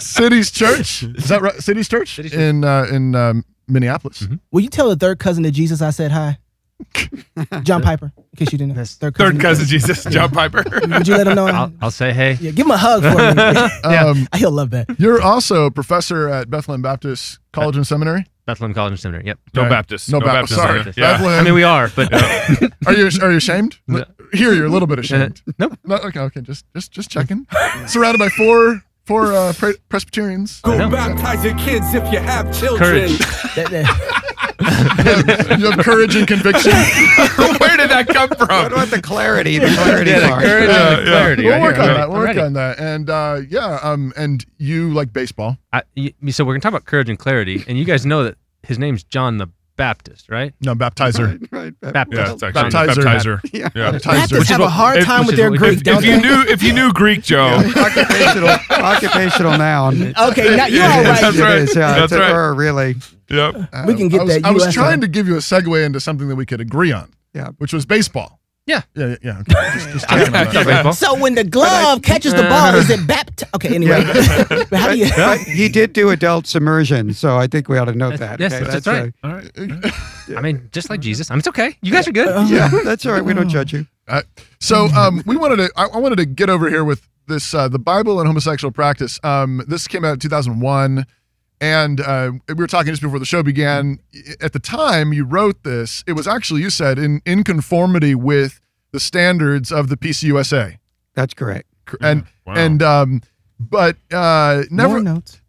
M: Cities Church. Is that right? Cities Church in uh, in um, Minneapolis.
D: Will you tell the third cousin of Jesus I said hi? John Piper, in case you didn't know. Third cousin,
I: Third cousin Jesus, John Piper.
D: Would you let him know?
O: I'll, I'll say hey.
D: Yeah, give him a hug for me.
M: Yeah.
I: Um,
D: He'll love that.
M: Um, You're also a professor at Bethlehem Baptist College and Seminary.
O: Bethlehem College and Seminary. Yep.
I: No Baptist.
M: No,
I: No
M: Baptist.
I: Baptist,
M: Sorry.
I: sorry. Yeah.
M: Bethlehem.
O: I mean, we are, but
M: Are you are you ashamed?
O: No.
M: Here, you're a little bit ashamed.
O: nope.
M: No, okay, okay. Just just just checking. Surrounded by four four uh, pre- Presbyterians.
R: Go baptize your kids if you have children.
M: Courage. you have courage and conviction.
I: Where did that come from? What
P: about the clarity? The clarity part.
M: We'll work on that. We'll work on that. And uh, yeah, um, and you like baseball?
O: I, you, you- so we're gonna talk about courage and clarity, and you guys know that his name's John the Baptist, right?
M: No, baptizer.
P: Right, right.
O: Baptist.
I: Yeah, it's actually baptizer. Yeah. Yeah. Baptizer.
D: Baptists have a hard time with their Greek, don't
I: If you
D: they?
I: knew, if you knew Greek, Joe,
P: occupational, occupational noun.
D: Okay, now- you're
P: It
D: all
P: is,
D: right.
P: It is, yeah, it's
I: That's right.
P: a
I: That's right.
P: verb, really. Uh,
I: yep.
D: We can get
M: Uh, I was,
D: that
M: I was
D: US
M: trying
D: on.
M: to give you a segue into something that we could agree on.
P: Yeah.
M: Which was baseball.
O: Yeah.
M: Yeah. Yeah. Okay. Just, just checking on
O: Yeah,
M: that.
O: baseball.
D: So when the glove catches the ball, is it bapt? Okay, anyway. But how do you?
P: But he did do adult submersion, so I think we ought to note that.
O: yes,
P: okay?
O: that's, right. All right. I mean, just like Jesus. I mean, it's okay. You guys are
P: a-
O: good.
P: yeah, that's all right. We don't judge you.
M: Uh, so um, we wanted to. I, I wanted to get over here with this uh, the Bible and homosexual practice. Um, this came out in 2001, and uh, we were talking just before the show began. At the time you wrote this, it was actually you said in in conformity with the standards of the PCUSA,
P: That's correct.
M: and
P: Wow.
M: and um, but uh, never
D: More notes.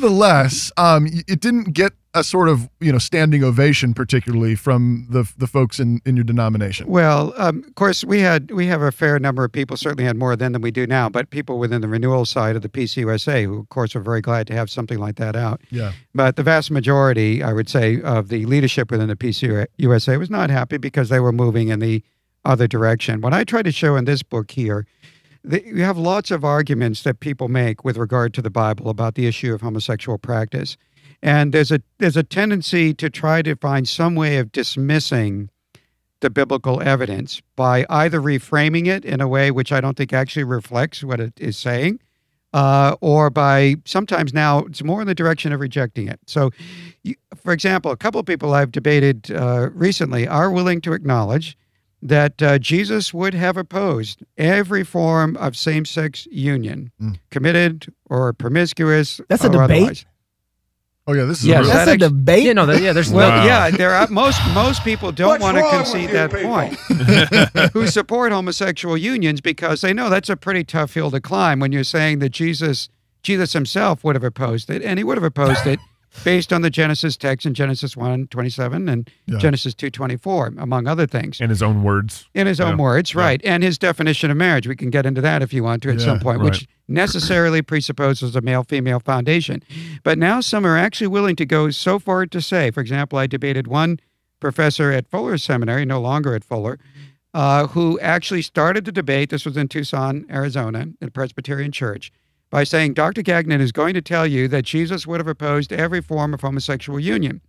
M: nevertheless, um, y- it didn't get a sort of you know standing ovation, particularly from the the folks in in your denomination.
P: Well, um, of course, we had we have a fair number of people. Certainly, had more then than we do now. But people within the renewal side of the PCUSA, who of course are very glad to have something like that out.
M: Yeah.
P: But the vast majority, I would say, of the leadership within the PCUSA was not happy because they were moving in the other direction. What I try to show in this book here, the, you have lots of arguments that people make with regard to the Bible about the issue of homosexual practice, and there's a there's a tendency to try to find some way of dismissing the biblical evidence by either reframing it in a way which I don't think actually reflects what it is saying, uh, or by sometimes now it's more in the direction of rejecting it. So, you, for example, a couple of people I've debated uh, recently are willing to acknowledge that uh, Jesus would have opposed every form of same sex union, committed or promiscuous.
D: That's a
P: or
D: debate?
P: otherwise.
M: Oh yeah, this
P: is Yeah, real- that's a
D: debate.
O: Yeah, no, there- yeah, there's
P: Well,
O: no-
P: yeah, there are most most people don't
O: What's
P: want to
O: wrong with
P: concede
O: you
P: that
O: people?
P: point. who support homosexual unions because they know that's a pretty tough hill to climb when you're saying that Jesus Jesus himself would have opposed it, and he would have opposed it based on the Genesis text in Genesis 1, 27 and
I: Yeah.
P: Genesis 2.24, among other things.
I: In his own words.
P: In his own
I: Yeah.
P: words, right. And his definition of marriage. We can get into that if you want to at
I: Yeah,
P: some point,
I: right.
P: which necessarily presupposes a male female foundation. But now some are actually willing to go so far to say, for example, I debated one professor at Fuller Seminary, no longer at Fuller, uh, who actually started the debate. This was in Tucson, Arizona, in a Presbyterian church, by saying, Dr. Gagnon is going to tell you that Jesus would have opposed every form of homosexual union.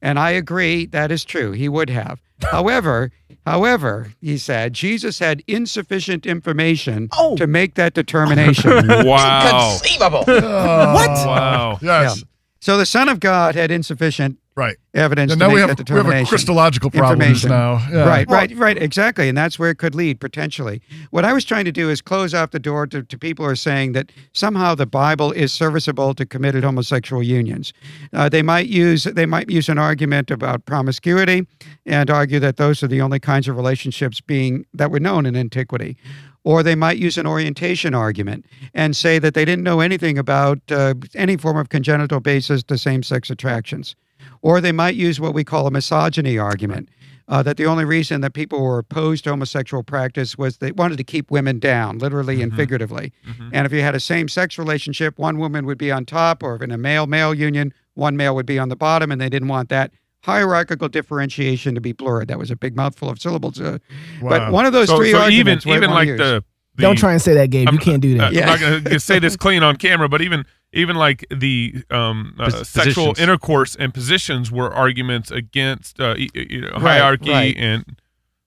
P: And I agree, that is true. He would have. However, however, he said, Jesus had insufficient information
M: Oh.
P: to make that determination.
I: Wow. Inconceivable. What? Wow.
M: Yes.
P: So the Son of God had insufficient
M: right
P: evidence
M: And
P: to
M: now
P: make
M: we
P: that
M: have- we have a
P: determination.
M: Christological problems
P: Information.
M: now. Yeah.
P: Right,
M: Well-
P: right, right, exactly. And that's where it could lead potentially. What I was trying to do is close off the door to, to people who are saying that somehow the Bible is serviceable to committed homosexual unions. Uh, they might use they might use an argument about promiscuity and argue that those are the only kinds of relationships being that were known in antiquity. Or they might use an orientation argument and say that they didn't know anything about uh, any form of congenital basis to same sex attractions. Or they might use what we call a misogyny argument uh, that the only reason that people were opposed to homosexual practice was they wanted to keep women down, literally
I: Mm-hmm.
P: and figuratively. And if you had a same sex relationship, one woman would be on top, or if in a male male union, one male would be on the bottom, and they didn't want that hierarchical differentiation to be blurred. That was a big mouthful of syllables. Uh, But one of those
I: So-
P: three
I: so
P: arguments,
I: Even,
P: what
I: even
P: I wanna
I: like
P: use.
I: the, the-
D: Don't try and say that, Gabe. you can't do
I: uh,
D: that.
I: I'm not going to say this clean on camera, but even even like the um, uh,
O: Pos-
I: sexual
O: positions.
I: intercourse and positions were arguments against uh, e- e- you know, hierarchy
P: right.
I: and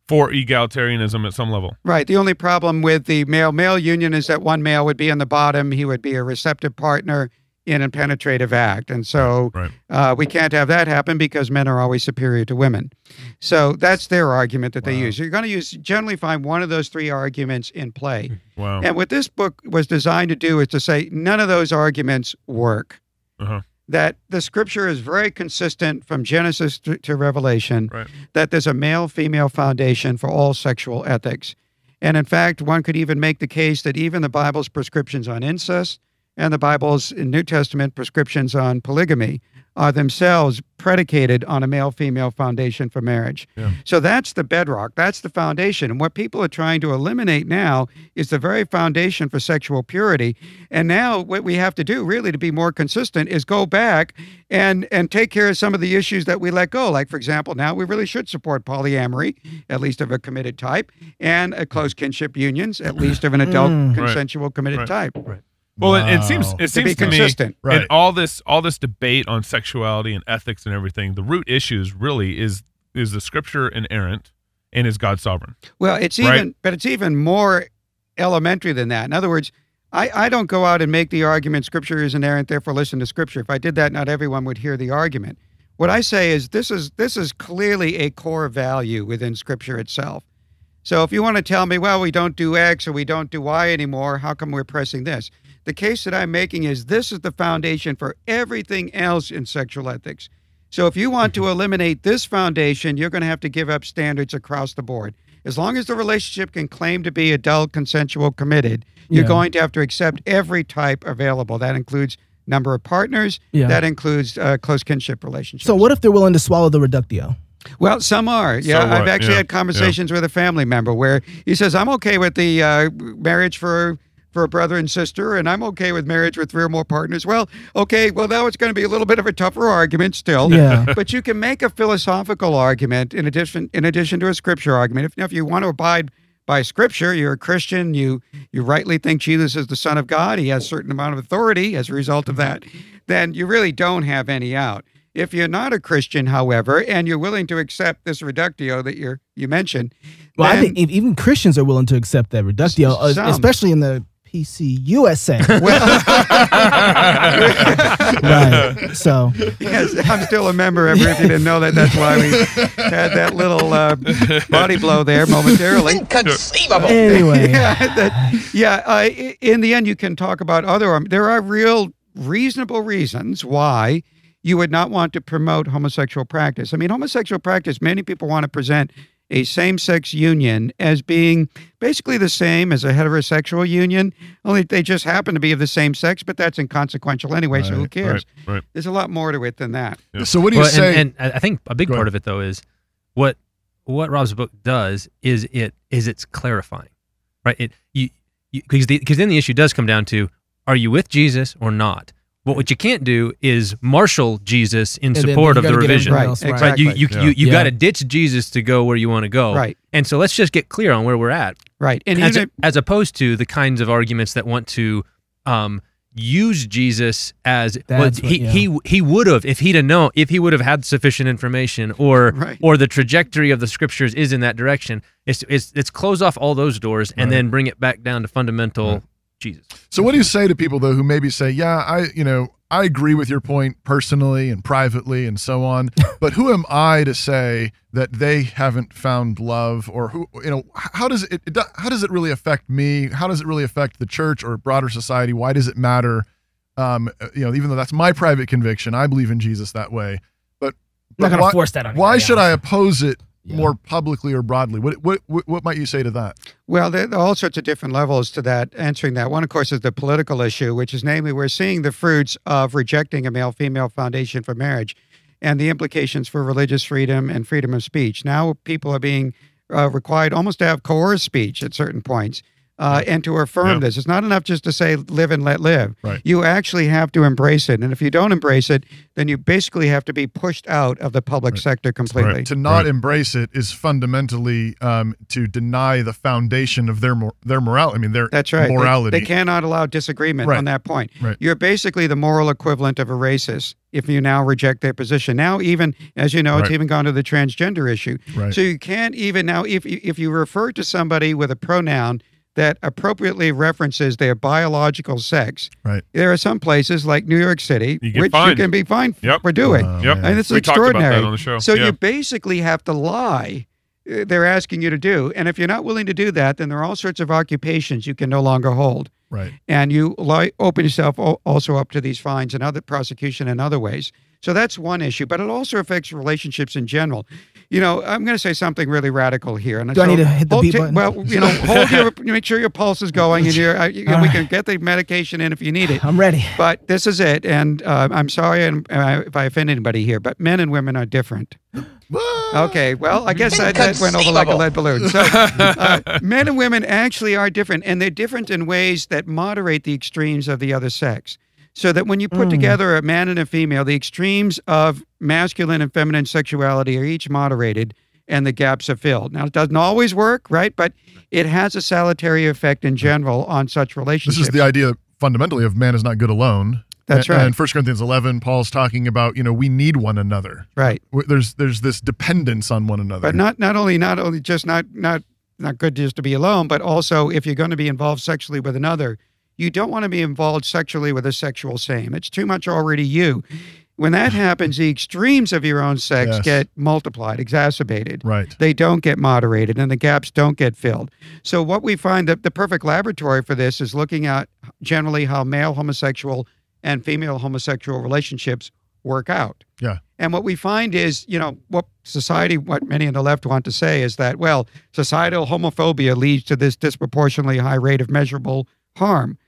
I: for egalitarianism at some level.
P: Right. The only problem with the male male union is that one male would be on the bottom. He would be a receptive partner in a penetrative act. And so uh, we can't have that happen because men are always superior to women. So that's their argument that they use. You're going to use generally find one of those three arguments in play.
I: Wow.
P: And what this book was designed to do is to say none of those arguments work.
I: Uh-huh.
P: That the scripture is very consistent from Genesis to, to Revelation that there's a male female foundation for all sexual ethics. And in fact, one could even make the case that even the Bible's prescriptions on incest and the Bible's New Testament prescriptions on polygamy are themselves predicated on a male female foundation for marriage. So that's the bedrock, that's the foundation. And what people are trying to eliminate now is the very foundation for sexual purity. And now what we have to do really to be more consistent is go back and and take care of some of the issues that we let go. Like for example, now we really should support polyamory, at least of a committed type, and a close kinship unions, at least of an adult
I: Mm. Right.
P: consensual committed
I: Right.
P: type. Right.
I: Well, it, it seems it
P: to
I: seems
P: be
I: to
P: consistent.
I: me in all this all this debate on sexuality and ethics and everything, the root issues really is is the scripture inerrant and is God sovereign.
P: Well, it's even,
I: Right.
P: but it's even more elementary than that. In other words, I, I don't go out and make the argument Scripture is inerrant, therefore listen to Scripture. If I did that, not everyone would hear the argument. What I say is this is this is clearly a core value within Scripture itself. So if you want to tell me, well, we don't do X or we don't do Y anymore, how come we're pressing this? The case that I'm making is this is the foundation for everything else in sexual ethics. So if you want
D: Mm-hmm.
P: to eliminate this foundation, you're going to have to give up standards across the board. As long as the relationship can claim to be adult, consensual, committed, you're
D: Yeah.
P: going to have to accept every type available. That includes number of partners.
D: Yeah.
P: That includes uh, close kinship relationships.
D: So what if they're willing to swallow the reductio?
P: Well, some are.
D: So
P: Yeah, I've
D: what?
P: actually
D: Yeah,
P: had conversations with a family member where he says, "I'm okay with the uh, marriage for for a brother and sister, and I'm okay with marriage with three or more partners." Well, okay, well now it's going to be a little bit of a tougher argument still.
D: Yeah.
P: but you can make a philosophical argument in addition in addition to a scripture argument. If if you want to abide by scripture, you're a Christian, you you rightly think Jesus is the son of God, he has a certain amount of authority as a result of that, then you really don't have any out. If you're not a Christian, however, and you're willing to accept this reductio that you you mentioned,
D: Well, I
P: then-
D: think if even Christians are willing to accept that reductio, uh,
P: Some.
D: especially in the
Q: PC USA. right. So
P: Yes, I'm still a member. Ever if you didn't know that, that's why we had that little uh, body blow there momentarily.
Q: Inconceivable. Anyway.
P: yeah, that- yeah, uh, i- in the end, you can talk about other. Um, there are real reasonable reasons why you would not want to promote homosexual practice. I mean, homosexual practice. Many people want to present a same-sex union as being basically the same as a heterosexual union, only they just happen to be of the same sex. But that's inconsequential anyway. so who
O: Right,
P: cares?
O: right, right.
P: There's a lot more to it than that.
O: Well, and- And, I I think a big part of it though is what what Rob's book does is it is it's clarifying, right? It you because because then the issue does come down to are you with Jesus or not. But what you can't do is marshal Jesus in
P: And then
O: support
P: you
O: of the
P: gotta get
O: revision.
P: everyone else Right, right.
O: You, you,
P: exactly.
O: you, you
P: Yeah.
O: got to ditch Jesus to go where you want to go.
P: Right.
O: And so let's just get clear on where we're at.
P: Right. And
O: as,
P: even
O: as opposed to the kinds of arguments that want to um, use Jesus as well,
Q: That's what-
O: he,
Q: yeah.
O: he he would have if he'd have known if he would have had sufficient information or or the trajectory of the scriptures is in that direction. It's it's, it's close off all those doors and then bring it back down to fundamental Jesus.
M: So what do you say to people though who maybe say, "Yeah, I, you know, I agree with your point personally and privately and so on, but who am I to say that they haven't found love or who, you know, h- how does it, it do- how does it really affect me? How does it really affect the church or broader society? Why does it matter? Um, uh, you know, even though that's my private conviction, I believe in Jesus that way. But,
Q: Not
M: but
Q: gonna
M: why,
Q: force that on
M: Why
Q: anybody
M: should I oppose it more publicly or broadly? What, what what what might you say to that?
P: Well, there there are all sorts of different levels to that, answering that. One, of course, is the political issue, which is namely we're seeing the fruits of rejecting a male female foundation for marriage and the implications for religious freedom and freedom of speech. Now people are being uh, required almost to have coerced speech at certain points uh, and to affirm
S: Yeah.
P: this. It's not enough just to say live and let live.
S: Right.
P: You actually have to embrace it. And if you don't embrace it, then you basically have to be pushed out of the public sector completely.
M: To not embrace it is fundamentally um, to deny the foundation of their mor- their morality. I mean, their
P: That's right. They-
M: morality.
P: They, cannot allow disagreement
M: Right.
P: on that point.
M: Right.
P: You're basically the moral equivalent of a racist if you now reject their position. Now, even as you know, it's
S: Right.
P: even gone to the transgender issue.
S: Right.
P: So you can't even now if you- if you refer to somebody with a pronoun that appropriately references their biological sex.
M: Right.
P: There are some places like New York City,
M: get
P: which you
M: fined.
P: can be fined
M: Yep.
P: for doing.
M: Oh, Yep.
P: And it's
M: We talked about that
P: extraordinary.
M: on the show.
P: So
M: Yeah.
P: you basically have to lie uh, they're asking you to do. And if you're not willing to do that, then there are all sorts of occupations you can no longer hold.
M: Right.
P: And you li- open yourself al- also up to these fines and other prosecution in other ways. So that's one issue, but it also affects relationships in general. You know, I'm going to say something really radical here. And
Q: Do I
P: so
Q: need to hit the
P: hold
Q: beat
P: ti-
Q: button?
P: Well, you know, hold your, make sure your pulse is going, and you're, uh, you know, we can get the medication in if you need it.
Q: I'm ready.
P: But this is it, and uh, I'm sorry and, uh, if I offend anybody here, but men and women are different. okay, well, I guess that, that went over like a lead balloon. So, uh, men and women actually are different, and they're different in ways that moderate the extremes of the other sex. So that when you put
S: Mm.
P: together a man and a female, the extremes of masculine and feminine sexuality are each moderated and the gaps are filled. Now, it doesn't always work, right? But it has a salutary effect in general on such relationships.
M: This is the idea fundamentally of man is not good alone.
P: That's
M: A-
P: right.
M: And 1 Corinthians 11, Paul's talking about, you know, we need one another.
P: Right.
M: W- There's there's this dependence on one another.
P: But not not only not only just not not not good just to be alone, but also if you're going to be involved sexually with another, you don't want to be involved sexually with a sexual same. It's too much already you. When that happens, the extremes of your own sex
S: Yes.
P: get multiplied, exacerbated.
M: Right.
P: They don't get moderated and the gaps don't get filled. So what we find that the perfect laboratory for this is looking at generally how male homosexual and female homosexual relationships work out.
M: Yeah.
P: And what we find is, you know, what society, what many on the left want to say is that, well, societal homophobia leads to this disproportionately high rate of measurable harm.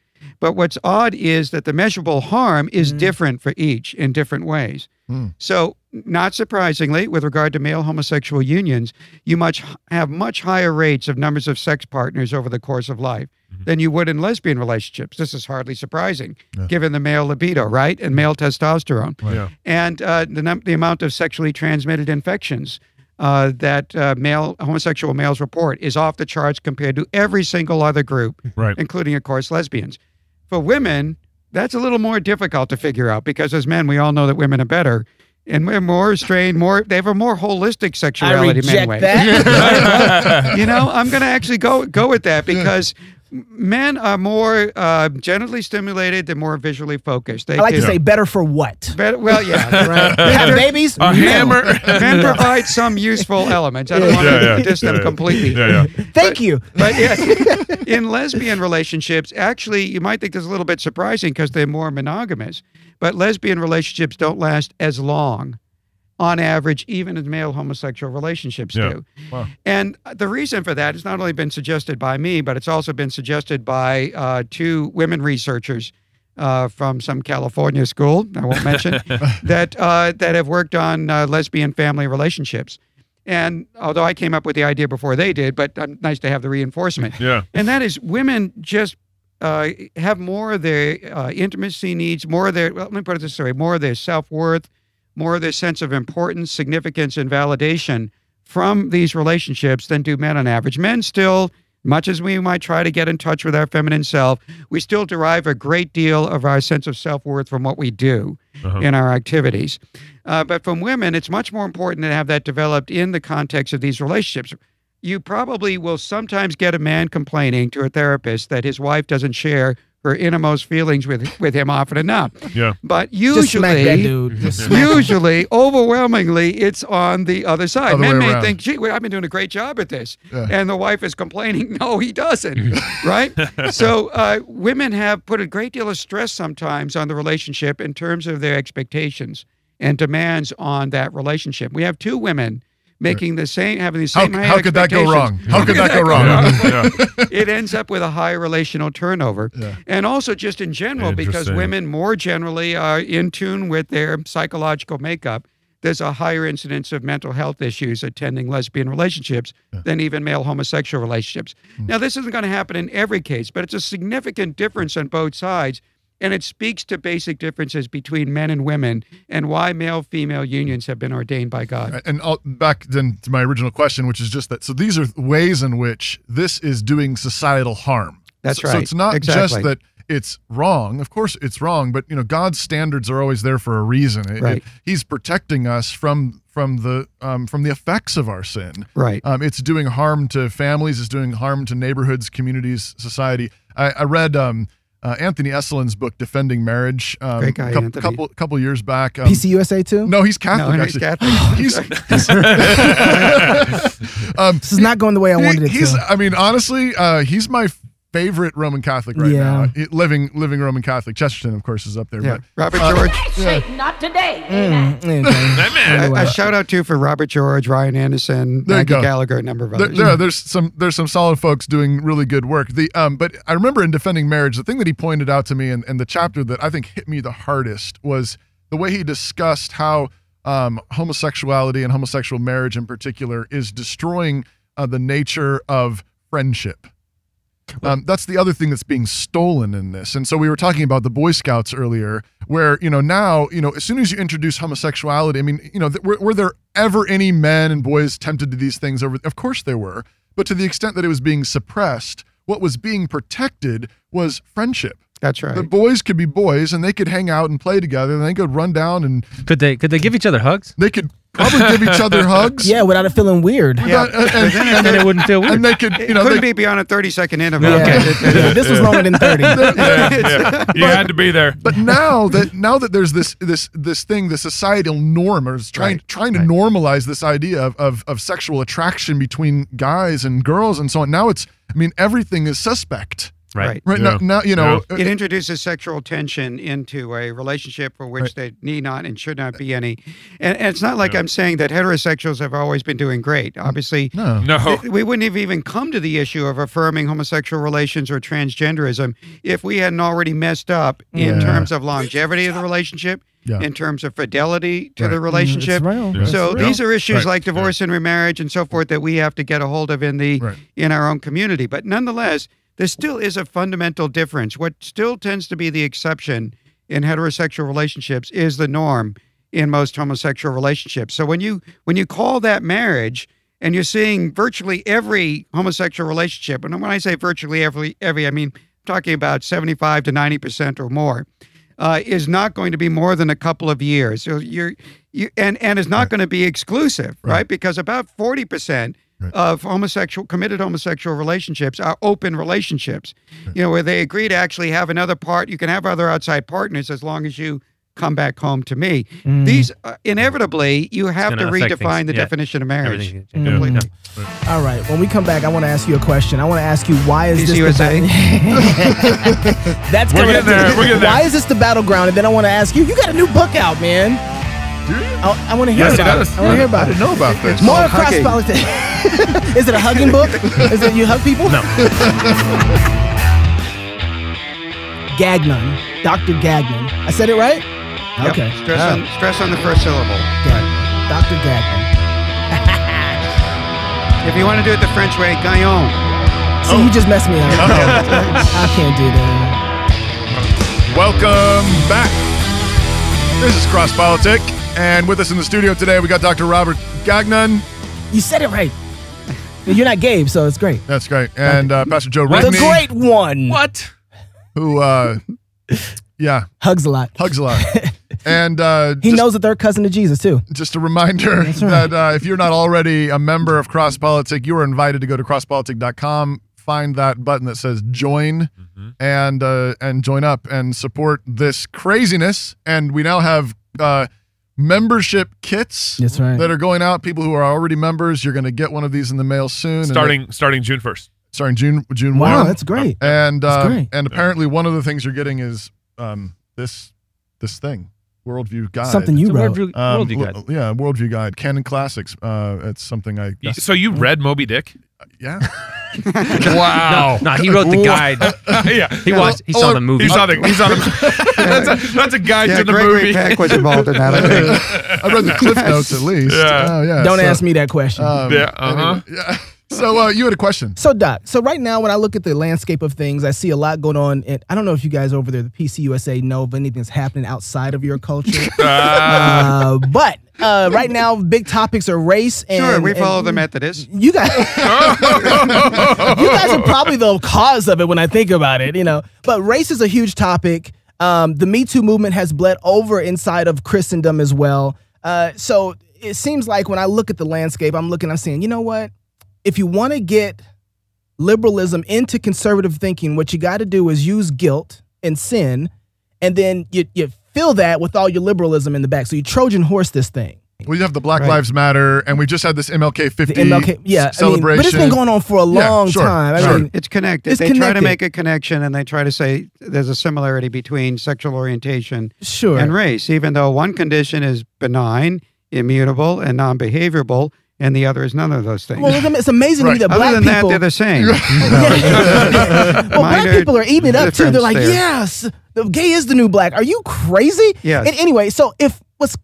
P: But what's odd is that the measurable harm is different for each in different ways.
M: Mm.
P: So, not surprisingly, with regard to male homosexual unions, you much have much higher rates of numbers of sex partners over the course of life than you would in lesbian relationships. This is hardly surprising, given the male libido, right, and male testosterone,
M: Yeah.
P: and uh, the num- the amount of sexually transmitted infections. Uh, that uh, male homosexual males report is off the charts compared to every single other group,
I: Right.
P: including, of course, lesbians. For women, that's a little more difficult to figure out because as men, we all know that women are better. And we're more strained, more they have a more holistic sexuality in many
S: reject
P: ways.
S: that.
P: you know, I'm gonna actually go go with that because men are more uh, genitally stimulated. They're more visually focused. They
Q: I like to
P: can-
Q: say better for what?
P: Better, well, yeah, right.
Q: We have babies.
P: Men- Men
Q: No.
P: provide some useful elements. I don't want
Q: Yeah,
P: to
Q: yeah.
P: diss
Q: Yeah,
P: them
Q: yeah.
P: completely.
Q: Yeah, yeah. Thank you.
P: But yes, in lesbian relationships, actually, you might think this is a little bit surprising because they're more monogamous. But lesbian relationships don't last as long, on average, even as male homosexual relationships
M: Yeah.
P: do.
M: Wow.
P: And the reason for that has not only been suggested by me, but it's also been suggested by uh, two women researchers uh, from some California school. I won't mention that uh, that have worked on uh, lesbian family relationships. And although I came up with the idea before they did, but um, nice to have the reinforcement.
I: Yeah.
P: And that is women just uh, have more of their uh, intimacy needs, more of their, well, let me put it this way, more of their self worth, more of their sense of importance, significance, and validation from these relationships than do men on average. Men still, much as we might try to get in touch with our feminine self, we still derive a great deal of our sense of self worth from what we do
S: Uh-huh.
P: in our activities. Uh, but from women, it's much more important to have that developed in the context of these relationships. You probably will sometimes get a man complaining to a therapist that his wife doesn't share her innermost feelings with with him often enough.
I: Yeah.
P: But usually,
Q: Just smack that dude. Just smack him.
P: usually, overwhelmingly, it's on the other side.
Q: Other
P: Men
Q: way
P: may
Q: around.
P: think, "Gee, well, I've been doing a great job at this,"
Q: Yeah.
P: and the wife is complaining, "No, he doesn't." right? So, uh, women have put a great deal of stress sometimes on the relationship in terms of their expectations and demands on that relationship. We have two women making the same, having the
M: How-
P: same. high
M: how could that go
P: expectations.
M: wrong? How could that go wrong?
P: it ends up with a high relational turnover, and also just in general because
M: Interesting.
P: women more generally are in tune with their psychological makeup. There's a higher incidence of mental health issues attending lesbian relationships than even male homosexual relationships.
M: Hmm.
P: Now, this isn't going to happen in every case, but it's a significant difference on both sides. And it speaks to basic differences between men and women and why male female unions have been ordained by God.
M: And I'll, back then to my original question, which is just that. So these are ways in which this is doing societal harm.
P: That's
M: so, So
P: right.
M: it's not
P: Exactly.
M: just that it's wrong. Of course, it's wrong, but you know God's standards are always there for a reason. It- it-
P: Right.
M: he's protecting us from from the um, from the effects of our sin.
P: Right.
M: Um, it's doing harm to families. It's doing harm to neighborhoods, communities, society. I, I read. Um, uh, Anthony Esselin's book, Defending Marriage, um,
Q: Great guy,
M: coup-
Q: Anthony.
M: couple couple years back. Um,
Q: PCUSA too?
M: No, he's Catholic.
Q: No, he's
M: actually.
Q: Catholic.
M: He's- um,
Q: This is not going the way I
M: he-
Q: wanted it
M: he's,
Q: to.
M: I mean, honestly, uh, he's my favorite Roman Catholic right
Q: Yeah.
M: now. It- living living Roman Catholic. Chesterton, of course, is up there.
P: Yeah.
M: But,
P: Robert
M: uh,
P: George. Mm,
M: yeah.
T: Not today.
P: A, a shout out too for Robert George, Ryan Anderson,
M: There you
P: Maggie
M: go.
P: Gallagher, a number of
M: There,
P: others.
M: there are- there's some there's some solid folks doing really good work. The um, but I remember in defending marriage, the thing that he pointed out to me, and, and the chapter that I think hit me the hardest was the way he discussed how um, homosexuality and homosexual marriage in particular is destroying uh, the nature of friendship. Um, that's the other thing that's being stolen in this. And so we were talking about the Boy Scouts earlier, where you know now you know as soon as you introduce homosexuality, I mean you know th- were, were there ever any men and boys tempted to these things? Over of course there were, but to the extent that it was being suppressed, what was being protected was friendship.
P: That's right.
M: The boys could be boys, and they could hang out and play together, and they could run down and
O: Could they could they give each other hugs?
M: They could probably give each other hugs.
Q: Yeah, without it feeling weird.
M: And they could, you know,
P: couldn't
M: they-
P: be beyond a 30 second interval.
M: Yeah.
Q: This was longer than 30.
I: You had to be there.
M: But now that now that there's this this this thing, the societal norm is trying trying to normalize this idea of, of of sexual attraction between guys and girls and so on. Now it's I mean everything is suspect.
P: Right.
M: Right now, now you know uh,
P: it introduces sexual tension into a relationship for which there need not and should not be any. And, and it's not like I'm saying that heterosexuals have always been doing great. Obviously,
M: No.
I: No.
P: th- we wouldn't have even come to the issue of affirming homosexual relations or transgenderism if we hadn't already messed up in
M: Yeah.
P: terms of longevity of the relationship.
M: Yeah.
P: In terms of fidelity to
M: Right.
P: the
M: Mm, it's
P: relationship,
M: real. Yeah.
P: so
M: It's real.
P: these are issues
M: Right.
P: like divorce and remarriage and so forth that we have to get a hold of in the in our own community. But nonetheless, there still is a fundamental difference. What still tends to be the exception in heterosexual relationships is the norm in most homosexual relationships. So when you when you call that marriage and you're seeing virtually every homosexual relationship, and when I say virtually every every, I mean talking about 75 to 90 percent or more uh, is not going to be more than a couple of years. So you're, you and and is not going to be exclusive, right? Because about forty percent of homosexual committed homosexual relationships are open relationships. You know, where they agree to actually have another part. You can have other outside partners as long as you come back home to me.
Q: Mm.
P: These uh, inevitably you have to
Q: gonna affect things.
P: redefine the
Q: Yeah.
P: definition of marriage.
Q: Everything's
D: gonna change.
P: completely.
D: All right. When we come back, I want to ask you a question. I want to ask you why is this
P: PCUSA?
D: the ba- That's
P: We're
D: coming
P: getting
D: up
P: there.
D: too.
P: We're getting there.
D: Why is this the battleground? And then I want to ask you. You got a new book out, man. I, I want to hear
M: Yes, it
D: about it.
M: does.
D: I want to hear about
M: I
D: it.
M: didn't know about this.
D: More
M: It's called
D: cross
M: Hugging.
D: politics. is it a hugging book? Is it you hug people? No. Gagnon, Dr. Gagnon. I said it right?
P: Yep.
D: Okay.
P: Stress,
D: All
P: on,
D: right.
P: stress on the first syllable.
D: Dr. Gagnon.
P: If you want to do it the French way, Gaillon.
D: See,
M: Oh.
D: you just messed me up. I can't do that.
M: Welcome back. This is Cross Politic, and with us in the studio today, we got Dr. Robert Gagnon.
D: You said it right. You're not Gabe, so it's great.
M: That's great. And uh, Pastor Joe
D: The
M: Rigney.
D: great one.
I: What?
M: Who, uh, yeah.
D: Hugs a lot.
M: Hugs a lot. And uh,
D: He knows that they're cousin to Jesus, too.
M: just a reminder that uh, if you're not already a member of Cross Politic, you are invited to go to crosspolitic.com, find that button that says join, and uh, and join up and support this craziness. And we now have uh, membership kits
D: That's right.
M: that are going out. People who are already members, you're going to get one of these in the mail soon. and they-
I: starting starting June first.
M: starting June June
D: Wow,
M: 1.
D: that's great.
M: And
D: That's
M: uh,
D: great.
M: and apparently one of the things you're getting is um, this this thing. Worldview guide.
D: Something you It's a wrote. Worldview-
M: Um,
D: Worldview
M: l- Yeah, worldview guide. Canon classics. Uh, it's something I.
I: So you
P: Mm.
I: read Moby Dick?
M: Yeah.
I: wow.
U: No, no, he wrote the guide.
I: yeah.
U: He watched- he saw the movie.
I: He saw the. He saw the. that's, a, that's a guide
P: Yeah,
I: to the
P: Gregory
I: movie.
P: Peck was involved in that. I think.
M: I read the cliff notes at least.
I: Yeah.
M: Oh, yeah.
D: Don't
M: so-
D: ask me that question.
M: Um,
I: Yeah, uh-huh.
M: anyway, yeah. So uh, you had a question.
D: So, Doc, so right now when I look at the landscape of things, I see a lot going on. And I don't know if you guys over there, the PCUSA, know if anything's happening outside of your culture.
P: Ah.
D: uh, but uh, right now, big topics are race and.
P: Sure, we
D: and
P: follow the Methodists.
D: You guys, you guys are probably the cause of it when I think about it, you know. But race is a huge topic. Um, the Me Too movement has bled over inside of Christendom as well. Uh, so it seems like when I look at the landscape, I'm looking, I'm saying, you know what? If you want to get liberalism into conservative thinking, what you got to do is use guilt and sin, and then you, you fill that with all your liberalism in the back. So you Trojan horse this thing.
M: We have the Black
D: Right.
M: Lives Matter, and we just had this MLK 50
D: The MLK yeah, I mean,
M: s- celebration.
D: but it's been going on for a
M: Yeah,
D: long
M: sure,
D: time. I
M: sure.
D: mean,
P: It's connected.
D: It's
P: they try
D: connected.
P: to make a connection and they try to say there's a similarity between sexual orientation
D: Sure.
P: and race, even though one condition is benign, immutable, and non behavorable, and the other is none of those things.
D: Well, look at me- it's amazing to me that
P: Other
D: black
P: than that,
D: people.
P: they're the same.
D: well, black
P: Minor
D: people are eating it up too. They're
P: difference
D: like,
P: there.
D: yes, the gay is the new black. Are you crazy?
P: Yes.
D: And anyway, so if what's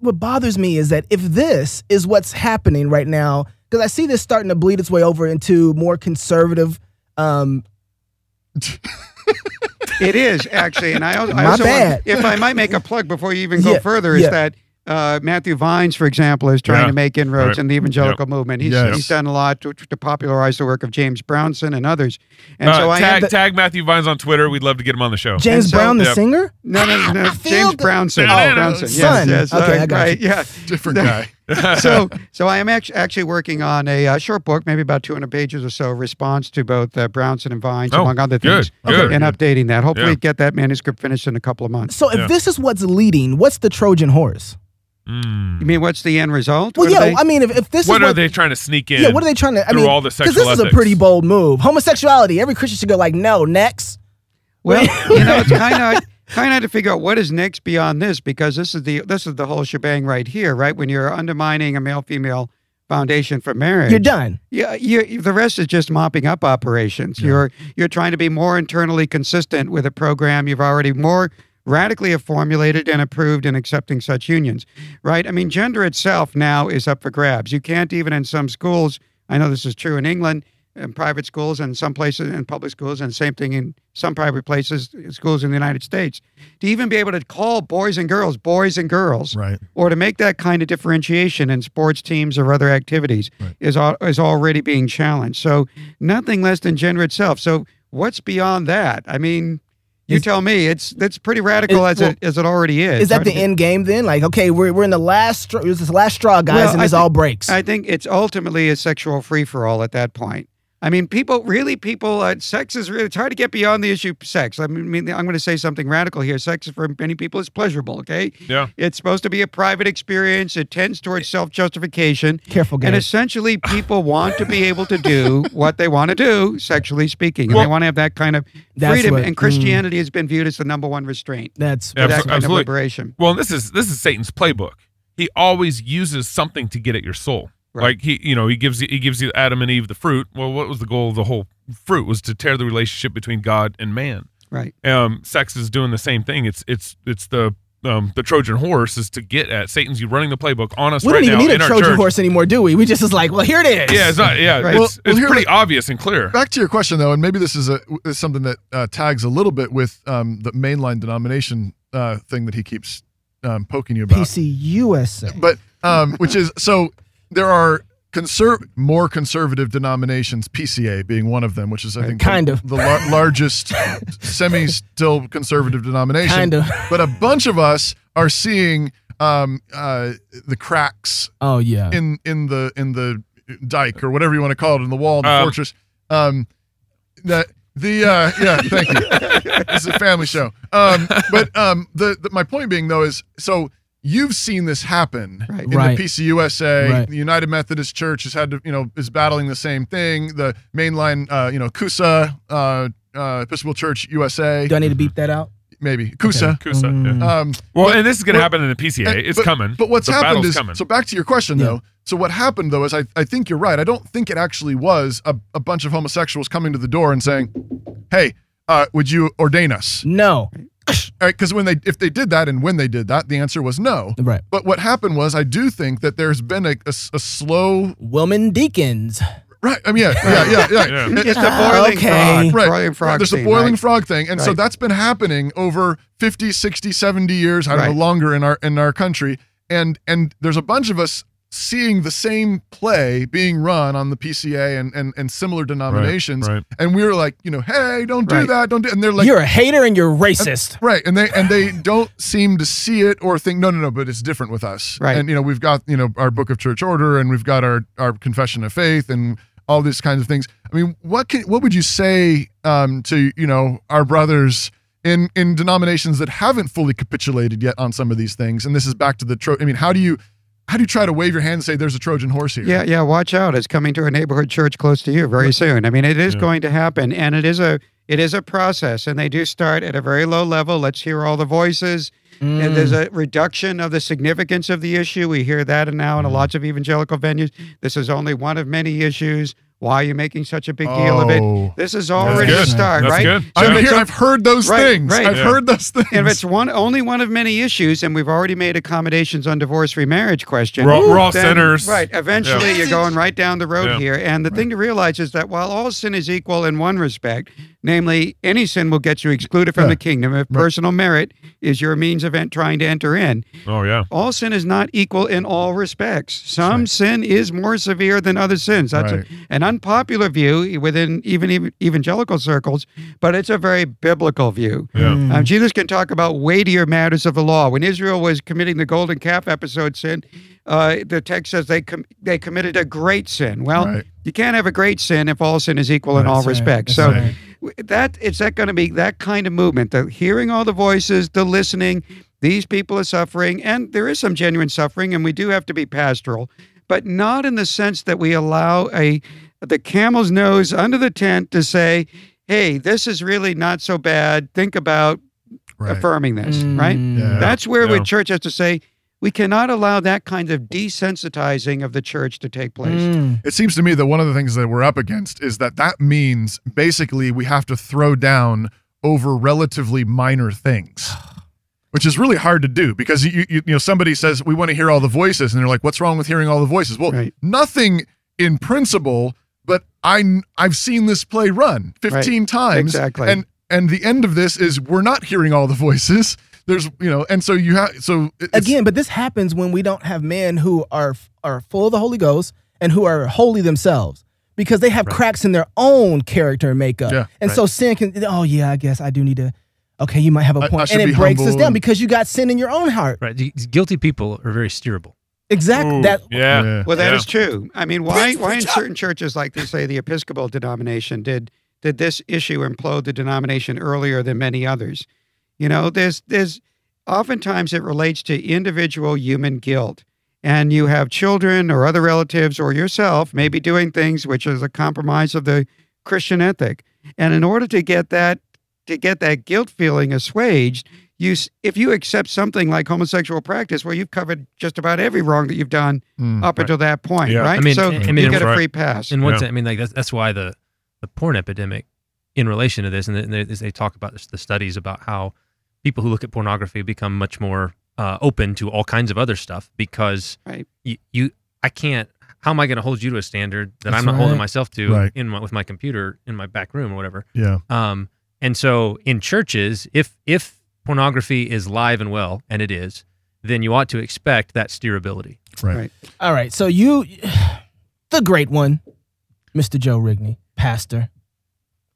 D: what bothers me is that if this is what's happening right now, because I see this starting to bleed its way over into more conservative. Um,
P: It is actually, and I, al- I
D: My
P: also
D: bad.
P: Want, if I might make a plug before you even go
D: Yeah,
P: further,
D: yeah.
P: is that uh, Matthew Vines, for example, is trying
D: Yeah.
P: to make inroads
D: Right.
P: in the evangelical movement. He's,
D: Yes.
P: he's done a lot to, to popularize the work of James Brownson and others. And
I: Uh,
P: so I
I: tag,
P: am the-
I: tag Matthew Vines on Twitter. We'd love to get him on the show.
P: James And so- Brown, the
I: Yep.
D: singer?
P: No, no, no. James Brownson.
I: No, no, no,
P: Brownson.
I: son.
P: Yes, yes.
I: Okay,
P: right,
I: I got you.
P: right, Yeah.
M: Different guy.
P: so, so I am act- actually working on a uh, short book, maybe about 200 pages or so, response to both uh, Brownson and Vines,
D: Oh,
P: among other
D: good,
P: things,
D: good.
P: and updating that. Hopefully,
D: Yeah.
P: get that manuscript finished in a couple of months.
D: so if this is what's leading, what's the Trojan horse?
P: you mean what's the end result?
D: Well,
P: What are
D: yeah,
P: they-
D: I mean, if, if this is
I: Hmm. what are
D: what-
I: they trying to sneak in?
D: Yeah, what are they trying to? I
I: through
D: mean,
I: all the
D: because
I: sexual
D: this is a
I: ethics?
D: pretty bold move. Homosexuality. Every Christian should go like, no, next.
P: Well, you know, it's kind of kind of to figure out what is next beyond this because this is the this is the whole shebang right here, right? When you're undermining a male female foundation for marriage,
D: You're done.
P: Yeah, you, the rest is just mopping up operations. You're you're trying to be more internally consistent with a program you've already more radically have formulated and approved in accepting such unions, right? I mean, gender itself now is up for grabs. You can't even in some schools. I know this is true in England, in private schools, and some places in public schools, and same thing in some private places, schools in the United States. To even be able to call boys and girls boys and girls,
M: right?
P: Or to make that kind of differentiation in sports teams or other activities is al- is already being challenged. So nothing less than gender itself. So what's beyond that? I mean, You tell me. It's that's pretty radical
Q: Is-
P: as it as it already is.
Q: Is that
P: Trying
Q: the
P: to-
Q: end game then? Like, okay, we're, we're in the last straw, this is the last straw, guys,
P: Well,
Q: and
P: I
Q: this all
P: thi-
Q: breaks.
P: I think it's ultimately a sexual free for all at that point. I mean, people really, people, uh, sex is really, it's hard to get beyond the issue of sex. I mean, I'm going to say something radical here. Sex for many people is pleasurable, okay?
I: Yeah.
P: It's supposed to be a private experience. It tends towards self justification.
Q: Careful,
P: And
Q: Gabe.
P: essentially, people want to be able to do what they want to do, sexually speaking. And they want to have that kind of
Q: That's
P: freedom.
Q: what- mm.
P: and Christianity has been viewed as the number one restraint.
Q: That's
P: for that kind of liberation.
I: Well, this is this is Satan's playbook. He always uses something to get at your soul. Like he, you know, he gives you, he gives you Adam and Eve the fruit. Well, what was the goal of the whole fruit was to tear the relationship between God and man.
P: Right.
I: Um, sex is doing the same thing. It's it's it's the um, the Trojan horse is to get at Satan's. You running the playbook on us
Q: we
I: right
Q: don't even
I: now
Q: need a
I: in our
Q: Trojan
I: church.
Q: horse anymore, do we? We just is like, well, here it is.
I: Yeah, it's not. Yeah,
M: Right.
I: it's,
M: Well- well,
I: it's
M: here-
I: pretty obvious and clear.
M: Back to your question, though, and maybe this is a is something that uh, tags a little bit with um, the mainline denomination uh, thing that he keeps um, poking you about.
Q: PCUSA.
M: but um, which is so there are conser- more conservative denominations, PCA being one of them, which is I think
Q: Kind
M: the,
Q: of.
M: the lar- largest semi still conservative denomination.
Q: Kind of.
M: but a bunch of us are seeing um, uh, the cracks.
Q: Oh, yeah.
M: in in the in the dike or whatever you want to call it in the wall, in the
I: Um,
M: fortress. Um, that the uh, yeah, thank you. this is a family show. Um, but um, the, the my point being though is so you've seen this happen in
Q: Right.
M: the PCUSA.
Q: Right.
M: The United Methodist Church has had to you know is battling the same thing. The mainline uh, you know CUSA uh, uh, Episcopal Church USA.
Q: Do I need to beep that out?
M: Maybe CUSA.
I: Okay. CUSA, yeah.
M: Um,
I: Well, and this is gonna happen in the PCA. It's
M: but-
I: coming.
M: But what's
I: The
M: happened
I: battle's
M: is
I: coming.
M: so back to your question though. So what happened though is I, I think you're right. I don't think it actually was a, a bunch of homosexuals coming to the door and saying, "Hey, uh, would you ordain us?"
Q: No.
M: Because when they if they did that and when they did that, the answer was no.
Q: Right.
M: But what happened was I do think that there's been a, a s- a slow
Q: women deacons.
M: Right. I mean, yeah, yeah, yeah, yeah.
P: Yeah. It's the boiling frog- boiling frog
M: There's the
P: thing,
M: boiling
P: right.
M: frog thing. And so
P: Right.
M: that's been happening over 50, 60, 70 years, I don't
P: Right.
M: know, longer in our in our country. And and there's a bunch of us seeing the same play being run on the PCA and and, and similar denominations.
I: right.
M: And we were like, you know, hey, don't do
P: Right.
M: that, don't do and they're like
Q: you're a hater and you're racist.
M: and- right? And they and they don't seem to see it or think, no, no, no. But it's different with us,
P: Right.
M: And you know, we've got you know our Book of Church Order, and we've got our our Confession of Faith, and all these kinds of things. I mean, what can what would you say um, to you know our brothers? In, in denominations that haven't fully capitulated yet on some of these things, and this is back to the tro. I mean, how do you, how do you try to wave your hand and say there's a Trojan horse here?
P: Yeah, yeah. Watch out! It's coming to a neighborhood church close to you very soon. I mean, it is
M: Yeah.
P: going to happen, and it is a it is a process, and they do start at a very low level. Let's hear all the voices. And there's
M: Mm.
P: a reduction of the significance of the issue. We hear that now in
M: Mm.
P: lots of evangelical venues. This is only one of many issues. Why are you making such a big deal of
M: Oh.
P: it? This is already a
M: good.
P: start,
M: That's
P: right?
M: good.
P: So
M: I've
P: if it's
M: hear-
P: a-
M: I've heard those
P: Right,
M: things.
P: right.
M: I've heard those things.
P: And if it's one only one of many issues, and we've already made accommodations on divorce remarriage question,
I: We're all- we're all
P: then-
I: sinners.
P: Right. Eventually,
I: Yeah.
P: you're going right down the road
I: Yeah.
P: here. And the thing to realize is that while all sin is equal in one respect, namely, any sin will get you excluded from
M: Yeah.
P: the kingdom if personal merit is your means of en- trying to enter in.
I: Oh yeah.
P: All sin is not equal in all respects. Some sin is more severe than other sins. That's a-
M: Right.
P: an unpopular view within even ev- evangelical circles, but it's a very biblical view. Um, Jesus can talk about weightier matters of the law. When Israel was committing the golden calf episode sin, uh, the text says they com- they committed a great sin. Well,
M: Right.
P: you can't have a great sin if all sin is equal in all
Q: That's right.
P: respects.
Q: That's
P: So
Q: right.
P: w- that it's that going to be that kind of movement. The hearing all the voices, the listening. These people are suffering, and there is some genuine suffering, and we do have to be pastoral, but not in the sense that we allow a the camel's nose under the tent to say, "Hey, this is really not so bad. Think about
M: Right.
P: affirming this, right?
M: Yeah.
P: That's where the
I: Yeah.
P: church has to say, we cannot allow that kind of desensitizing of the church to take place.
M: It seems to me that one of the things that we're up against is that that means basically we have to throw down over relatively minor things, which is really hard to do because you you, you know somebody says we want to hear all the voices and they're like what's wrong with hearing all the voices? Well,
P: Right.
M: nothing in principle, but I kn- I've seen this play run 15
P: Right.
M: times
P: Exactly.
M: and and the end of this is we're not hearing all the voices. There's you know and so you have so it- it's-
Q: Again, but this happens when we don't have men who are are full of the Holy Ghost and who are holy themselves because they have cracks in their own character and makeup.
M: Yeah,
Q: and so sin can. Oh yeah, I guess I do need to. okay, you might have
M: I- I
Q: a point,
M: should
Q: and
M: be
Q: it breaks us
M: humble
Q: down
M: and-
Q: because you got sin in your own heart.
O: Right. These Guilty people are very steerable.
Q: Exactly. that
I: Yeah.
P: Well, that
O: Yeah.
P: is true. I mean, why
Q: Preach,
P: why in
Q: preach up.
P: certain churches like they say the Episcopal denomination did did this issue implode the denomination earlier than many others? You know, there's there's oftentimes it relates to individual human guilt. And you have children or other relatives or yourself maybe doing things which is a compromise of the Christian ethic. And in order to get that to get that guilt feeling assuaged, you s- if you accept something like homosexual practice, well, you've covered just about every wrong that you've done
M: Mm,
P: up
O: right.
P: until that point, right?
O: I mean,
P: so
O: I
P: you
O: mean,
P: get a
O: right.
P: free pass.
O: In one sense, I mean, like that's, that's why the the porn epidemic, in relation to this, and they, they- they talk about this, the studies about how people who look at pornography become much more uh, open to all kinds of other stuff because you, you I can't. How am I going to hold you to a standard that
M: That's
O: I'm not holding
M: right.
O: myself to
M: Right.
O: in my, with my computer in my back room or whatever?
M: Yeah.
O: Um, and so in churches, if if pornography is live and well, and it is, then you ought to expect that steerability.
M: Right.
Q: All right, so you, the great one, Mr. Joe Rigney, pastor,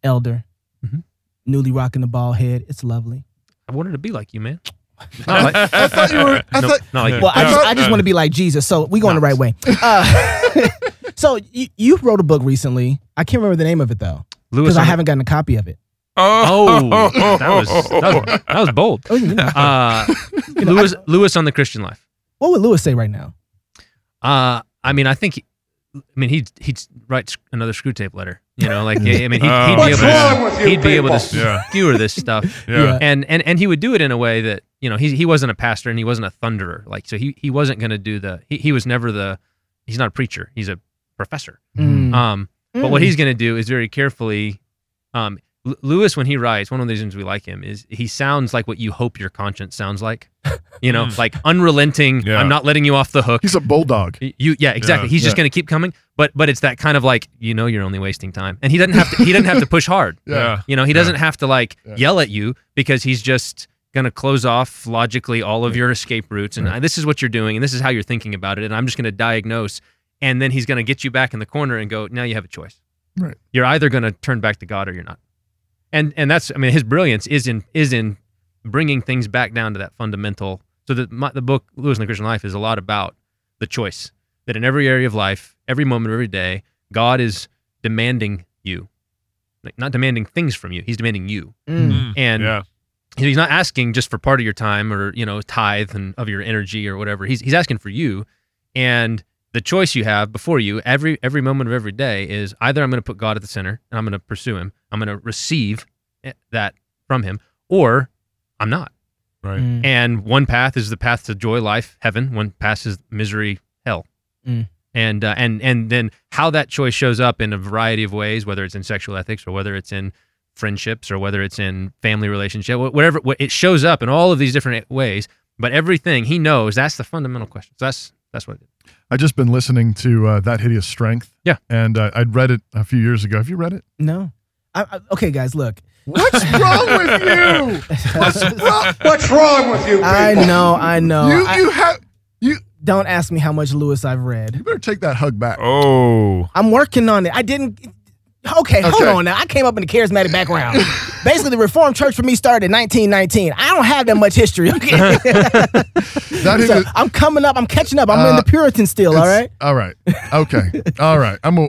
Q: elder,
M: Mm-hmm.
Q: newly rocking the bald head. It's lovely.
O: I wanted to be like you, man.
Q: Not like-
M: I thought you were. I
O: No,
M: thought,
O: not like you.
Q: well, I
O: No.
Q: just, I just want to be like Jesus. So we going the right way. Uh, so you, you wrote a book recently. I can't remember the name of it though,
O: Lewis
Q: because I
O: on the-
Q: haven't gotten a copy of it.
O: Oh, that was that was, that was bold.
Q: Oh,
O: Uh, Lewis Lewis on the Christian life.
Q: What would Lewis say right now?
O: Uh, I mean, I think, he- I mean, he'd he'd write sc- another screw tape letter. You know, like yeah, I mean, he'd,
I: Oh.
O: he'd be
I: What's
O: able
I: wrong
O: to
I: with you
O: he'd be able to
I: people? Yeah.
O: skewer this stuff.
I: Yeah. Yeah.
O: and and and he would do it in a way that you know he he wasn't a pastor and he wasn't a thunderer. Like so, he he wasn't going to do the he he was never the he's not a preacher. He's a professor.
Q: Mm.
O: Um, but what
Q: Mm.
O: he's going to do is very carefully. Um, L- Lewis, when he writes, one of the reasons we like him is he sounds like what you hope your conscience sounds like. You know,
M: Mm.
O: like unrelenting.
M: Yeah.
O: I'm not letting you off the hook.
M: He's a bulldog.
O: Y- You, yeah, exactly.
M: Yeah.
O: He's just
M: Yeah.
O: going to keep coming, but but it's that kind of like you know you're only wasting time, and he doesn't have to. He doesn't have to push hard.
M: Yeah.
O: you know he
M: Yeah.
O: doesn't have to like
M: Yeah.
O: yell at you because he's just going to close off logically all of your escape routes, and I this is what you're doing, and this is how you're thinking about it, and I'm just going to diagnose, and then he's going to get you back in the corner and go, now you have a choice.
M: Right.
O: You're either going to turn back to God or you're not, and and that's I mean his brilliance is in is in bringing things back down to that fundamental. So the my, the book Lewis and the Christian Life is a lot about the choice that in every area of life, every moment of every day, God is demanding you, like, not demanding things from you. He's demanding you,
Q: Mm.
I: Mm,
O: and
I: yeah.
O: he's not asking just for part of your time or you know tithe and of your energy or whatever. He's he's asking for you, and the choice you have before you every every moment of every day is either I'm going to put God at the center and I'm going to pursue Him, I'm going to receive eh, that from Him, or I'm not.
I: Right.
Q: Mm.
O: And one path is the path to joy, life, heaven. One path is misery, hell.
Q: Mm.
O: And uh, and and then how that choice shows up in a variety of ways, whether it's in sexual ethics or whether it's in friendships or whether it's in family relationship, wh- whatever wh- it shows up in all of these different ways. But everything he knows, that's the fundamental question. So that's that's what.
M: I just been listening to uh, that hideous strength.
O: Yeah.
M: And uh, I'd read it a few years ago. Have you read it?
Q: No. I, I, okay, guys, look.
M: What's wrong with you? What's wrong?
Q: What's wrong with you? I know, I know.
M: You-
Q: I-
M: you have you.
Q: Don't ask me how much Lewis I've read.
M: You better take that hug back.
I: Oh.
Q: I'm working on it. I didn't. Okay, hold
M: Okay.
Q: on now. I came up in a charismatic background. Basically, the Reformed Church for me started in 1919. I don't have that much history. Okay,
M: That
Q: So,
M: hideous,
Q: I'm coming up. I'm catching up. I'm in the Puritan still. All right,
M: all right. Okay. All right. I'm a,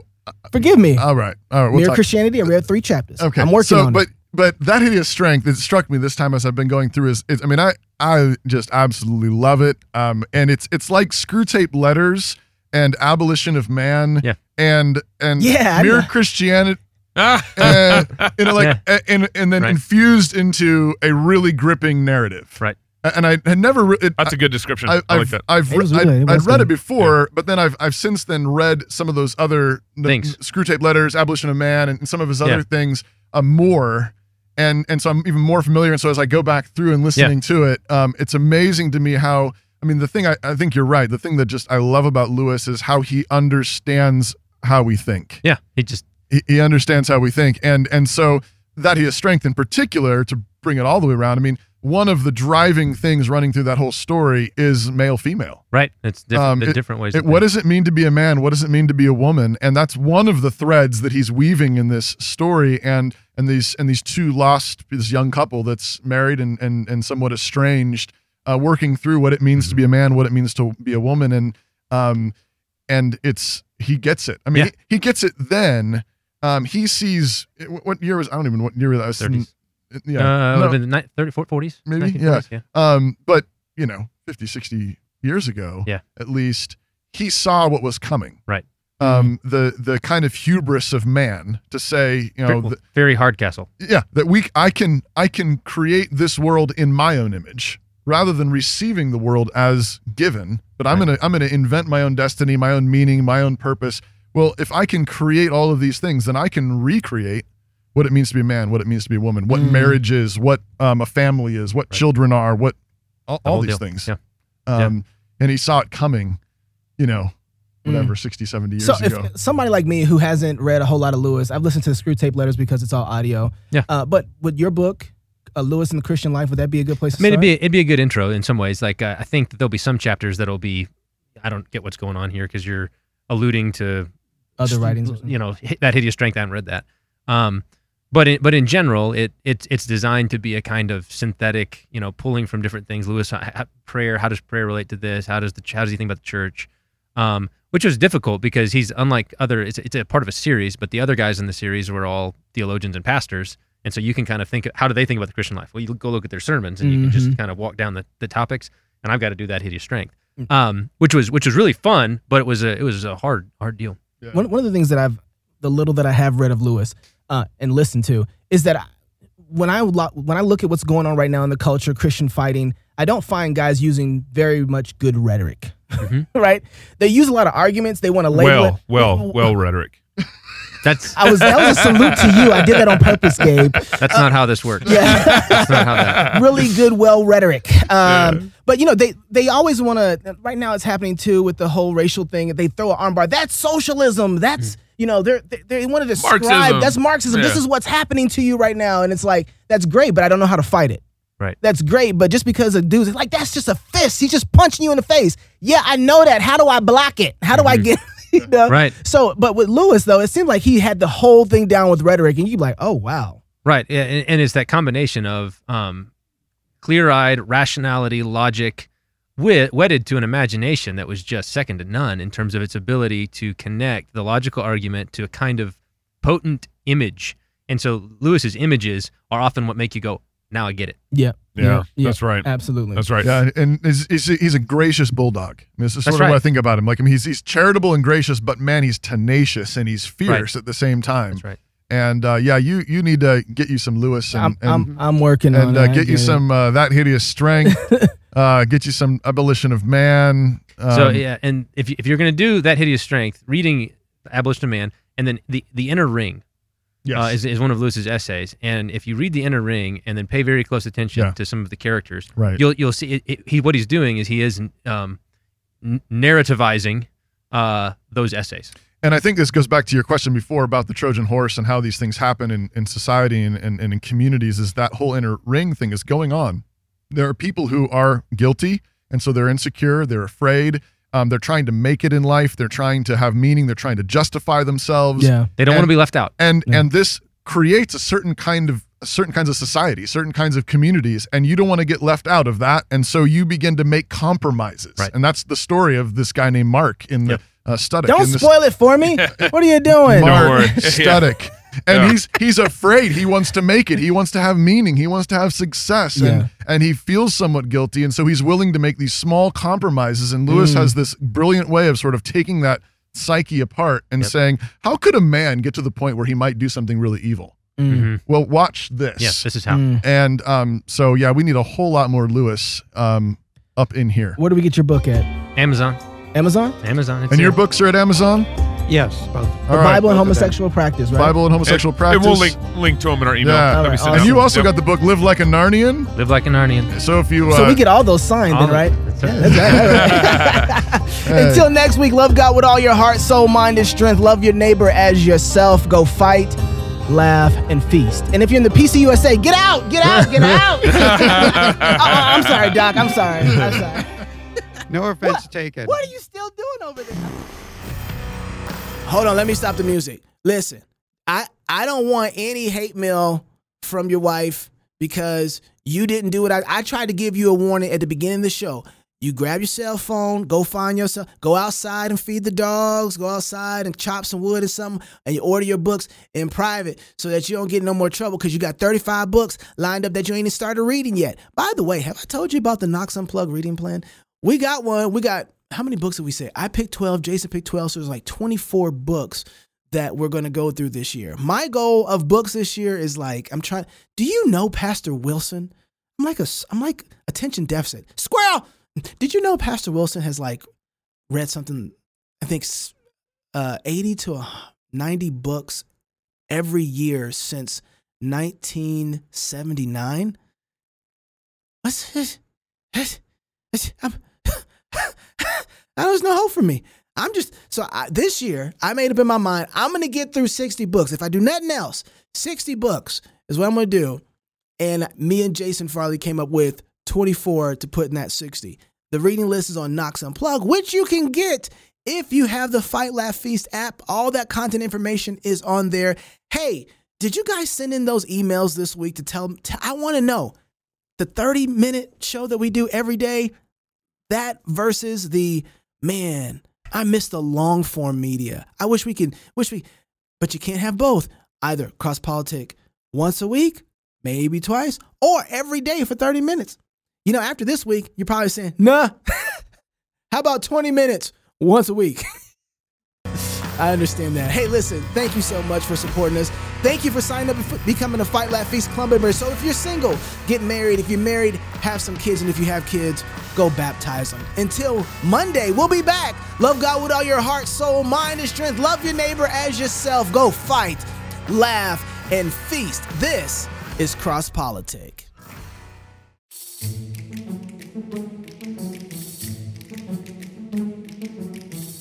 Q: forgive me.
M: all right. All right. We'll
Q: Mere
M: talk-
Q: Christianity. I read three chapters.
M: Okay.
Q: I'm working
M: so,
Q: on
M: but,
Q: it.
M: But that hideous strength that struck me this time as I've been going through is, is I mean, I I just absolutely love it. Um, and it's it's like screw tape letters and abolition of man.
O: Yeah.
M: And and
Q: Yeah, I
M: mere
Q: know.
M: Christianity.
D: uh,
M: and, you know, like a- and and then
O: Right.
M: infused into a really gripping narrative.
O: Right.
M: A- And I had never. Re- it,
I: That's a good description. I,
M: I, I've,
I: like that.
M: I've
Q: It was
M: re-
Q: really- it
M: I'd, I'd
Q: was
M: read it
Q: good.
M: before, but then I've I've since then read some of those other
O: Things.
M: screw tape letters, abolition of man, and, and some of his other
O: Yeah.
M: things uh, more, and and so I'm even more familiar. And so as I go back through and listening to it, um, it's amazing to me how I mean the thing I, I think you're right. The thing that just I love about Lewis is how he understands how we think
O: Yeah, he just
M: he, he understands how we think and and so that he has strength in particular to bring it all the way around i mean one of the driving things running through that whole story is male female.
O: Right. It's different,
M: Um,
O: the
M: it-
O: different ways.
M: it-
O: to
M: what
O: think.
M: does it mean to be a man? What does it mean to be a woman? And that's one of the threads that he's weaving in this story. And and these and these two lost this young couple that's married and and and somewhat estranged, uh, working through what it means to be a man, what it means to be a woman, and um, and it's he gets it. I mean,
O: Yeah.
M: he, he gets it then. Um, he sees what what year was I don't even know what year that was.
O: 30s.
M: Yeah, No
O: Uh, it would have been ni- 30, 40s,
M: maybe
O: 1940s,
M: yeah. um but you know 50 60 years ago
O: Yeah.
M: at least he saw what was coming
O: Right. Mm-hmm.
M: um the the kind of hubris of man to say you know
O: Very-
M: th-
O: very hard castle.
M: yeah that we i can i can create this world in my own image rather than receiving the world as given but i'm gonna i'm gonna invent my own destiny my own meaning my own purpose well if i can create all of these things then i can recreate what it means to be a man what it means to be a woman what
O: Mm.
M: marriage is what um, a family is what children are what all,
O: The
M: all
O: whole
M: these
O: deal.
M: things
O: Yeah.
M: um and he saw it coming you know whatever
D: Mm.
M: sixty, seventy 60 70 years
D: So if
M: ago
D: somebody like me who hasn't read a whole lot of Lewis, I've listened to the screw tape letters because it's all audio.
O: Yeah.
D: Uh, but would your book, uh, Lewis and the Christian Life, would that be a good place to
O: I mean, it'd
D: start?
O: be it'd be a good intro in some ways. Like uh, I think that there'll be some chapters that'll be, I don't get what's going on here because you're alluding to
D: Other writings or
O: Mm-hmm. You know hi- that hideous strength. I haven't read that. Um, but in, but in general, it it's it's designed to be a kind of synthetic, you know, pulling from different things. Lewis, how, how- prayer. How does prayer relate to this? How does the how does he think about the church? Um, which was difficult because he's unlike other. It's, it's a part of a series, but the other guys in the series were all theologians and pastors, and so you can kind of think how do they think about the Christian life? Well, you go look at their sermons, and you can just
E: Mhm.
O: kind of walk down the, the topics. And I've got to do that hideous strength, um, which was which was really fun, but it was a it was a hard hard deal.
D: One, one of the things that I've, the little that I have read of Lewis uh, and listened to, is that I, when I lo- when I look at what's going on right now in the culture, Christian fighting, I don't find guys using very much good rhetoric. right? They use a lot of arguments. They want to label it.
I: well, well, well, rhetoric.
O: That's
D: I was that was a salute to you. I did that on purpose, Gabe.
O: That's not how this works.
D: Yeah.
O: That's not how that.
D: really good, well rhetoric. Um, But you know, they they always want to. Right now, it's happening too with the whole racial thing. They throw an armbar. That's socialism. That's you know, they're they, they want to describe.
O: Mm. Marxism.
D: That's Marxism. This
O: Yeah.
D: is what's happening to you right now, and it's like that's great, but I don't know how to fight it.
O: Right.
D: That's great, but just because a dude's like that's just a fist. He's just punching you in the face. Yeah, I know that. How do I block it? How do I get? You know?
O: Right.
D: So, but with Lewis though, it seemed like he had the whole thing down with rhetoric, and you'd be like, oh wow.
O: Right. Yeah, And, and it's that combination of um, clear eyed rationality, logic, wit, wedded to an imagination that was just second to none in terms of its ability to connect the logical argument to a kind of potent image. And so Lewis's images are often what make you go, now I get it.
D: Yeah.
I: Yeah, that's right.
D: Absolutely.
I: That's right.
M: Yeah, and he's, he's, a, he's a gracious bulldog. I mean, this is sort
O: That's
M: of what I
O: right.
M: think about him. Like, I mean, he's, he's charitable and gracious, but man, he's tenacious and he's fierce at the same time. That's
O: right.
M: And uh, yeah, you you need to get you some Lewis and
D: I'm- I'm-
M: and-
D: I'm working
M: and
D: on
M: uh,
D: it. I
M: get you
D: get it.
M: some uh, that hideous strength. uh, get you some abolition of man. Um,
O: so yeah, and if you- if you're gonna do that hideous strength, reading Abolition of Man, and then the the Inner Ring, uh,
M: Yes.
O: is is one of Lewis's essays. And if you read the Inner Ring and then pay very close attention to some of the characters,
M: Right.
O: you'll you'll see it, it, he what he's doing is he is um, n- narrativizing uh, those essays.
M: And I think this goes back to your question before about the Trojan horse and how these things happen in, in society and, and, and in communities is that whole inner ring thing is going on. There are people who are guilty, and so they're insecure, they're afraid, um, they're trying to make it in life, they're trying to have meaning, they're trying to justify themselves.
O: Yeah. They don't
M: And-
O: wanna be left out.
M: And and this creates a certain kind of certain kinds of society, certain kinds of communities, and you don't want to get left out of that. And so you begin to make compromises. Right. And that's the story of this guy named Mark in the uh, Studdock.
D: Don't
M: in this-
D: spoil it for me. what are you doing?
M: Mark Studdick. And
D: Yeah.
M: he's he's afraid. He wants to make it. He wants to have meaning. He wants to have success.
D: Yeah.
M: And and he feels somewhat guilty. And so he's willing to make these small compromises. And Lewis
D: Mm.
M: has this brilliant way of sort of taking that psyche apart and saying, How could a man get to the point where he might do something really evil?
O: Mhm.
M: Well, watch this.
O: Yeah, this is how.
D: Mm.
M: And um, so yeah, we need a whole lot more Lewis um up in here.
D: Where do we get your book at?
O: Amazon.
D: Amazon?
O: Amazon. it's
M: and your
O: there.
M: books are at Amazon?
V: Yes, both.
D: The Bible and homosexual practice, right?
M: Bible and homosexual practice.
I: And we'll link link to him in our email.
M: Yeah.
I: That'd be
M: And
I: awesome.
M: you also
I: Yep.
M: got the book Live Like a Narnian.
O: Live like a Narnian.
M: So if you uh,
D: So we get all those signed,
M: all
D: then, right?
O: That's right.
M: Hey.
D: Until next week, love God with all your heart, soul, mind, and strength. Love your neighbor as yourself. Go fight.
Q: laugh, and feast. And if you're in the PCUSA, get out, get out, get out. Uh-uh,
D: Oh,
Q: I'm sorry, Doc. I'm sorry. I'm sorry.
P: No offense taken.
Q: What are you still doing over there?
D: Hold on, let me stop the music. Listen, I I don't want any hate mail from your wife because you didn't do it. I, I tried to give you a warning at the beginning of the show. You grab your cell phone, go find yourself, go outside and feed the dogs, go outside and chop some wood or something, and you order your books in private so that you don't get in no more trouble because you got 35 books lined up that you ain't even started reading yet. By the way, have I told you about the Knox Unplug reading plan? We got one. We got how many books did we say? I picked 12, Jason picked 12, so there's like 24 books that we're going to go through this year. My goal of books this year is like I'm trying. Do you know Pastor Wilson? I'm like a s- I'm like attention deficit squirrel. Did you know Pastor Wilson has like read something? I think s- uh, 80 to a h- 90 books every year since 1979. What's this? This- this- I'm- I don't- there's no hope for me. I'm just so I, this year I made up in my mind I'm gonna get through 60 books. If I do nothing else, 60 books is what I'm gonna do. And me and Jason Farley came up with 24 to put in that 60. The reading list is on Knox Unplugged, which you can get if you have the Fight Laugh Feast app. All that content information is on there. Hey, did you guys send in those emails this week to tell? T- I want to know the 30 minute show that we do every day that versus the man i miss the long form media i wish we can wish we but you can't have both either cross politic once a week maybe twice or every day for 30 minutes you know after this week you're probably saying nah how about 20 minutes once a week I understand that. Hey, listen, thank you so much for supporting us. Thank you for signing up and f- becoming a Fight Laugh Feast Club member. So if you're single, get married. If you're married, have some kids. And if you have kids, go baptize them. Until Monday, we'll be back. Love God with all your heart, soul, mind, and strength. Love your neighbor as yourself. Go fight, laugh, and feast. This is Cross Politic.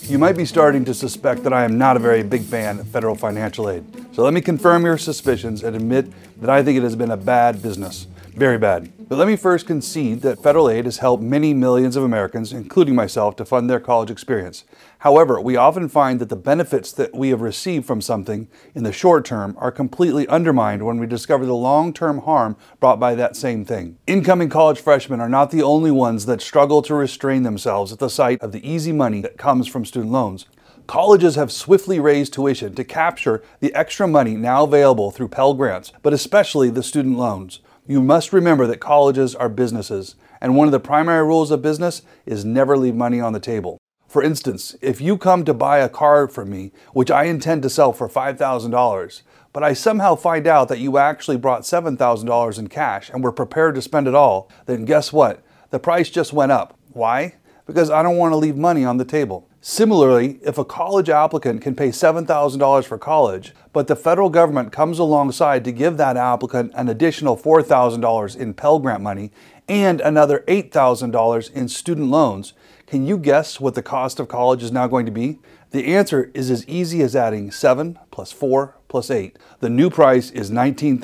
S: You might be starting to suspect that I am not a very big fan of federal financial aid. So let me confirm your suspicions and admit that I think it has been a bad business. Very bad. But let me first concede that federal aid has helped many millions of Americans, including myself, to fund their college experience. However, we often find that the benefits that we have received from something in the short term are completely undermined when we discover the long term harm brought by that same thing. Incoming college freshmen are not the only ones that struggle to restrain themselves at the sight of the easy money that comes from student loans. Colleges have swiftly raised tuition to capture the extra money now available through Pell Grants, but especially the student loans. You must remember that colleges are businesses, and one of the primary rules of business is never leave money on the table. For instance, if you come to buy a car from me, which I intend to sell for $5,000, but I somehow find out that you actually brought $7,000 in cash and were prepared to spend it all, then guess what? The price just went up. Why? Because I don't want to leave money on the table. Similarly, if a college applicant can pay $7,000 for college, but the federal government comes alongside to give that applicant an additional $4,000 in Pell Grant money and another $8,000 in student loans, can you guess what the cost of college is now going to be? The answer is as easy as adding 7 plus 4 plus 8. The new price is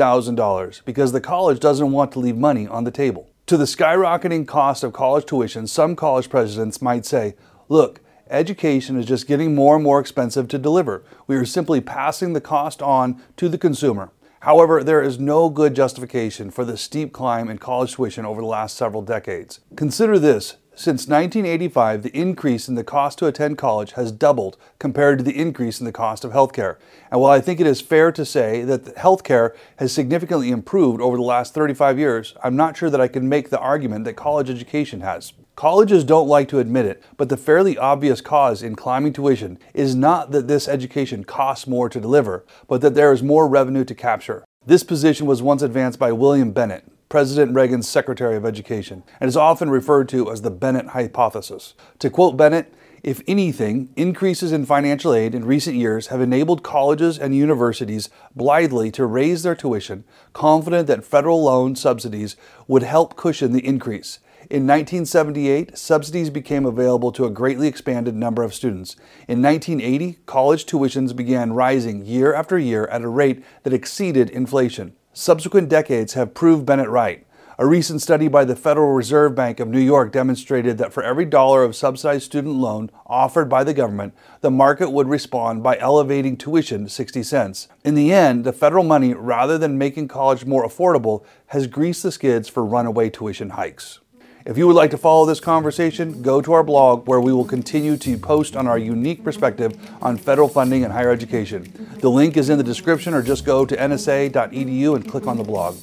S: $19,000 because the college doesn't want to leave money on the table. To the skyrocketing cost of college tuition, some college presidents might say, look, education is just getting more and more expensive to deliver. We are simply passing the cost on to the consumer. However, there is no good justification for the steep climb in college tuition over the last several decades. Consider this since 1985, the increase in the cost to attend college has doubled compared to the increase in the cost of healthcare. And while I think it is fair to say that the healthcare has significantly improved over the last 35 years, I'm not sure that I can make the argument that college education has. Colleges don't like to admit it, but the fairly obvious cause in climbing tuition is not that this education costs more to deliver, but that there is more revenue to capture. This position was once advanced by William Bennett, President Reagan's Secretary of Education, and is often referred to as the Bennett Hypothesis. To quote Bennett, if anything, increases in financial aid in recent years have enabled colleges and universities blithely to raise their tuition, confident that federal loan subsidies would help cushion the increase. In 1978, subsidies became available to a greatly expanded number of students. In 1980, college tuitions began rising year after year at a rate that exceeded inflation. Subsequent decades have proved Bennett right. A recent study by the Federal Reserve Bank of New York demonstrated that for every dollar of subsidized student loan offered by the government, the market would respond by elevating tuition 60 cents. In the end, the federal money, rather than making college more affordable, has greased the skids for runaway tuition hikes. If you would like to follow this conversation, go to our blog where we will continue to post on our unique perspective on federal funding and higher education. The link is in the description or just go to nsa.edu E and click on the blog.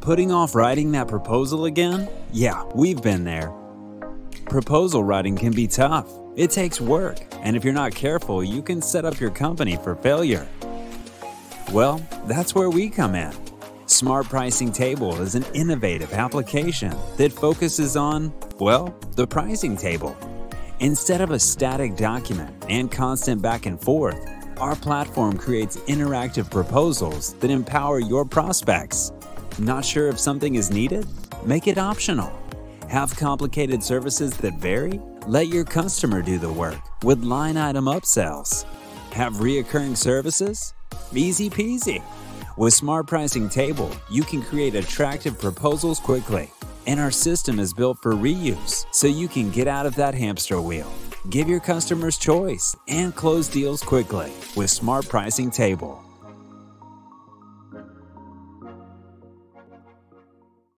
T: Putting off writing that proposal again? Yeah, we've been there. Proposal writing can be tough, it takes work, and if you're not careful, you can set up your company for failure. Well, that's where we come in. Smart Pricing Table is an innovative application that focuses on, well, the pricing table. Instead of a static document and constant back and forth, our platform creates interactive proposals that empower your prospects. Not sure if something is needed? Make it optional. Have complicated services that vary? Let your customer do the work with line item upsells. Have reoccurring services? Easy peasy. With Smart Pricing Table, you can create attractive proposals quickly. And our system is built for reuse, so you can get out of that hamster wheel. Give your customers choice and close deals quickly with Smart Pricing Table.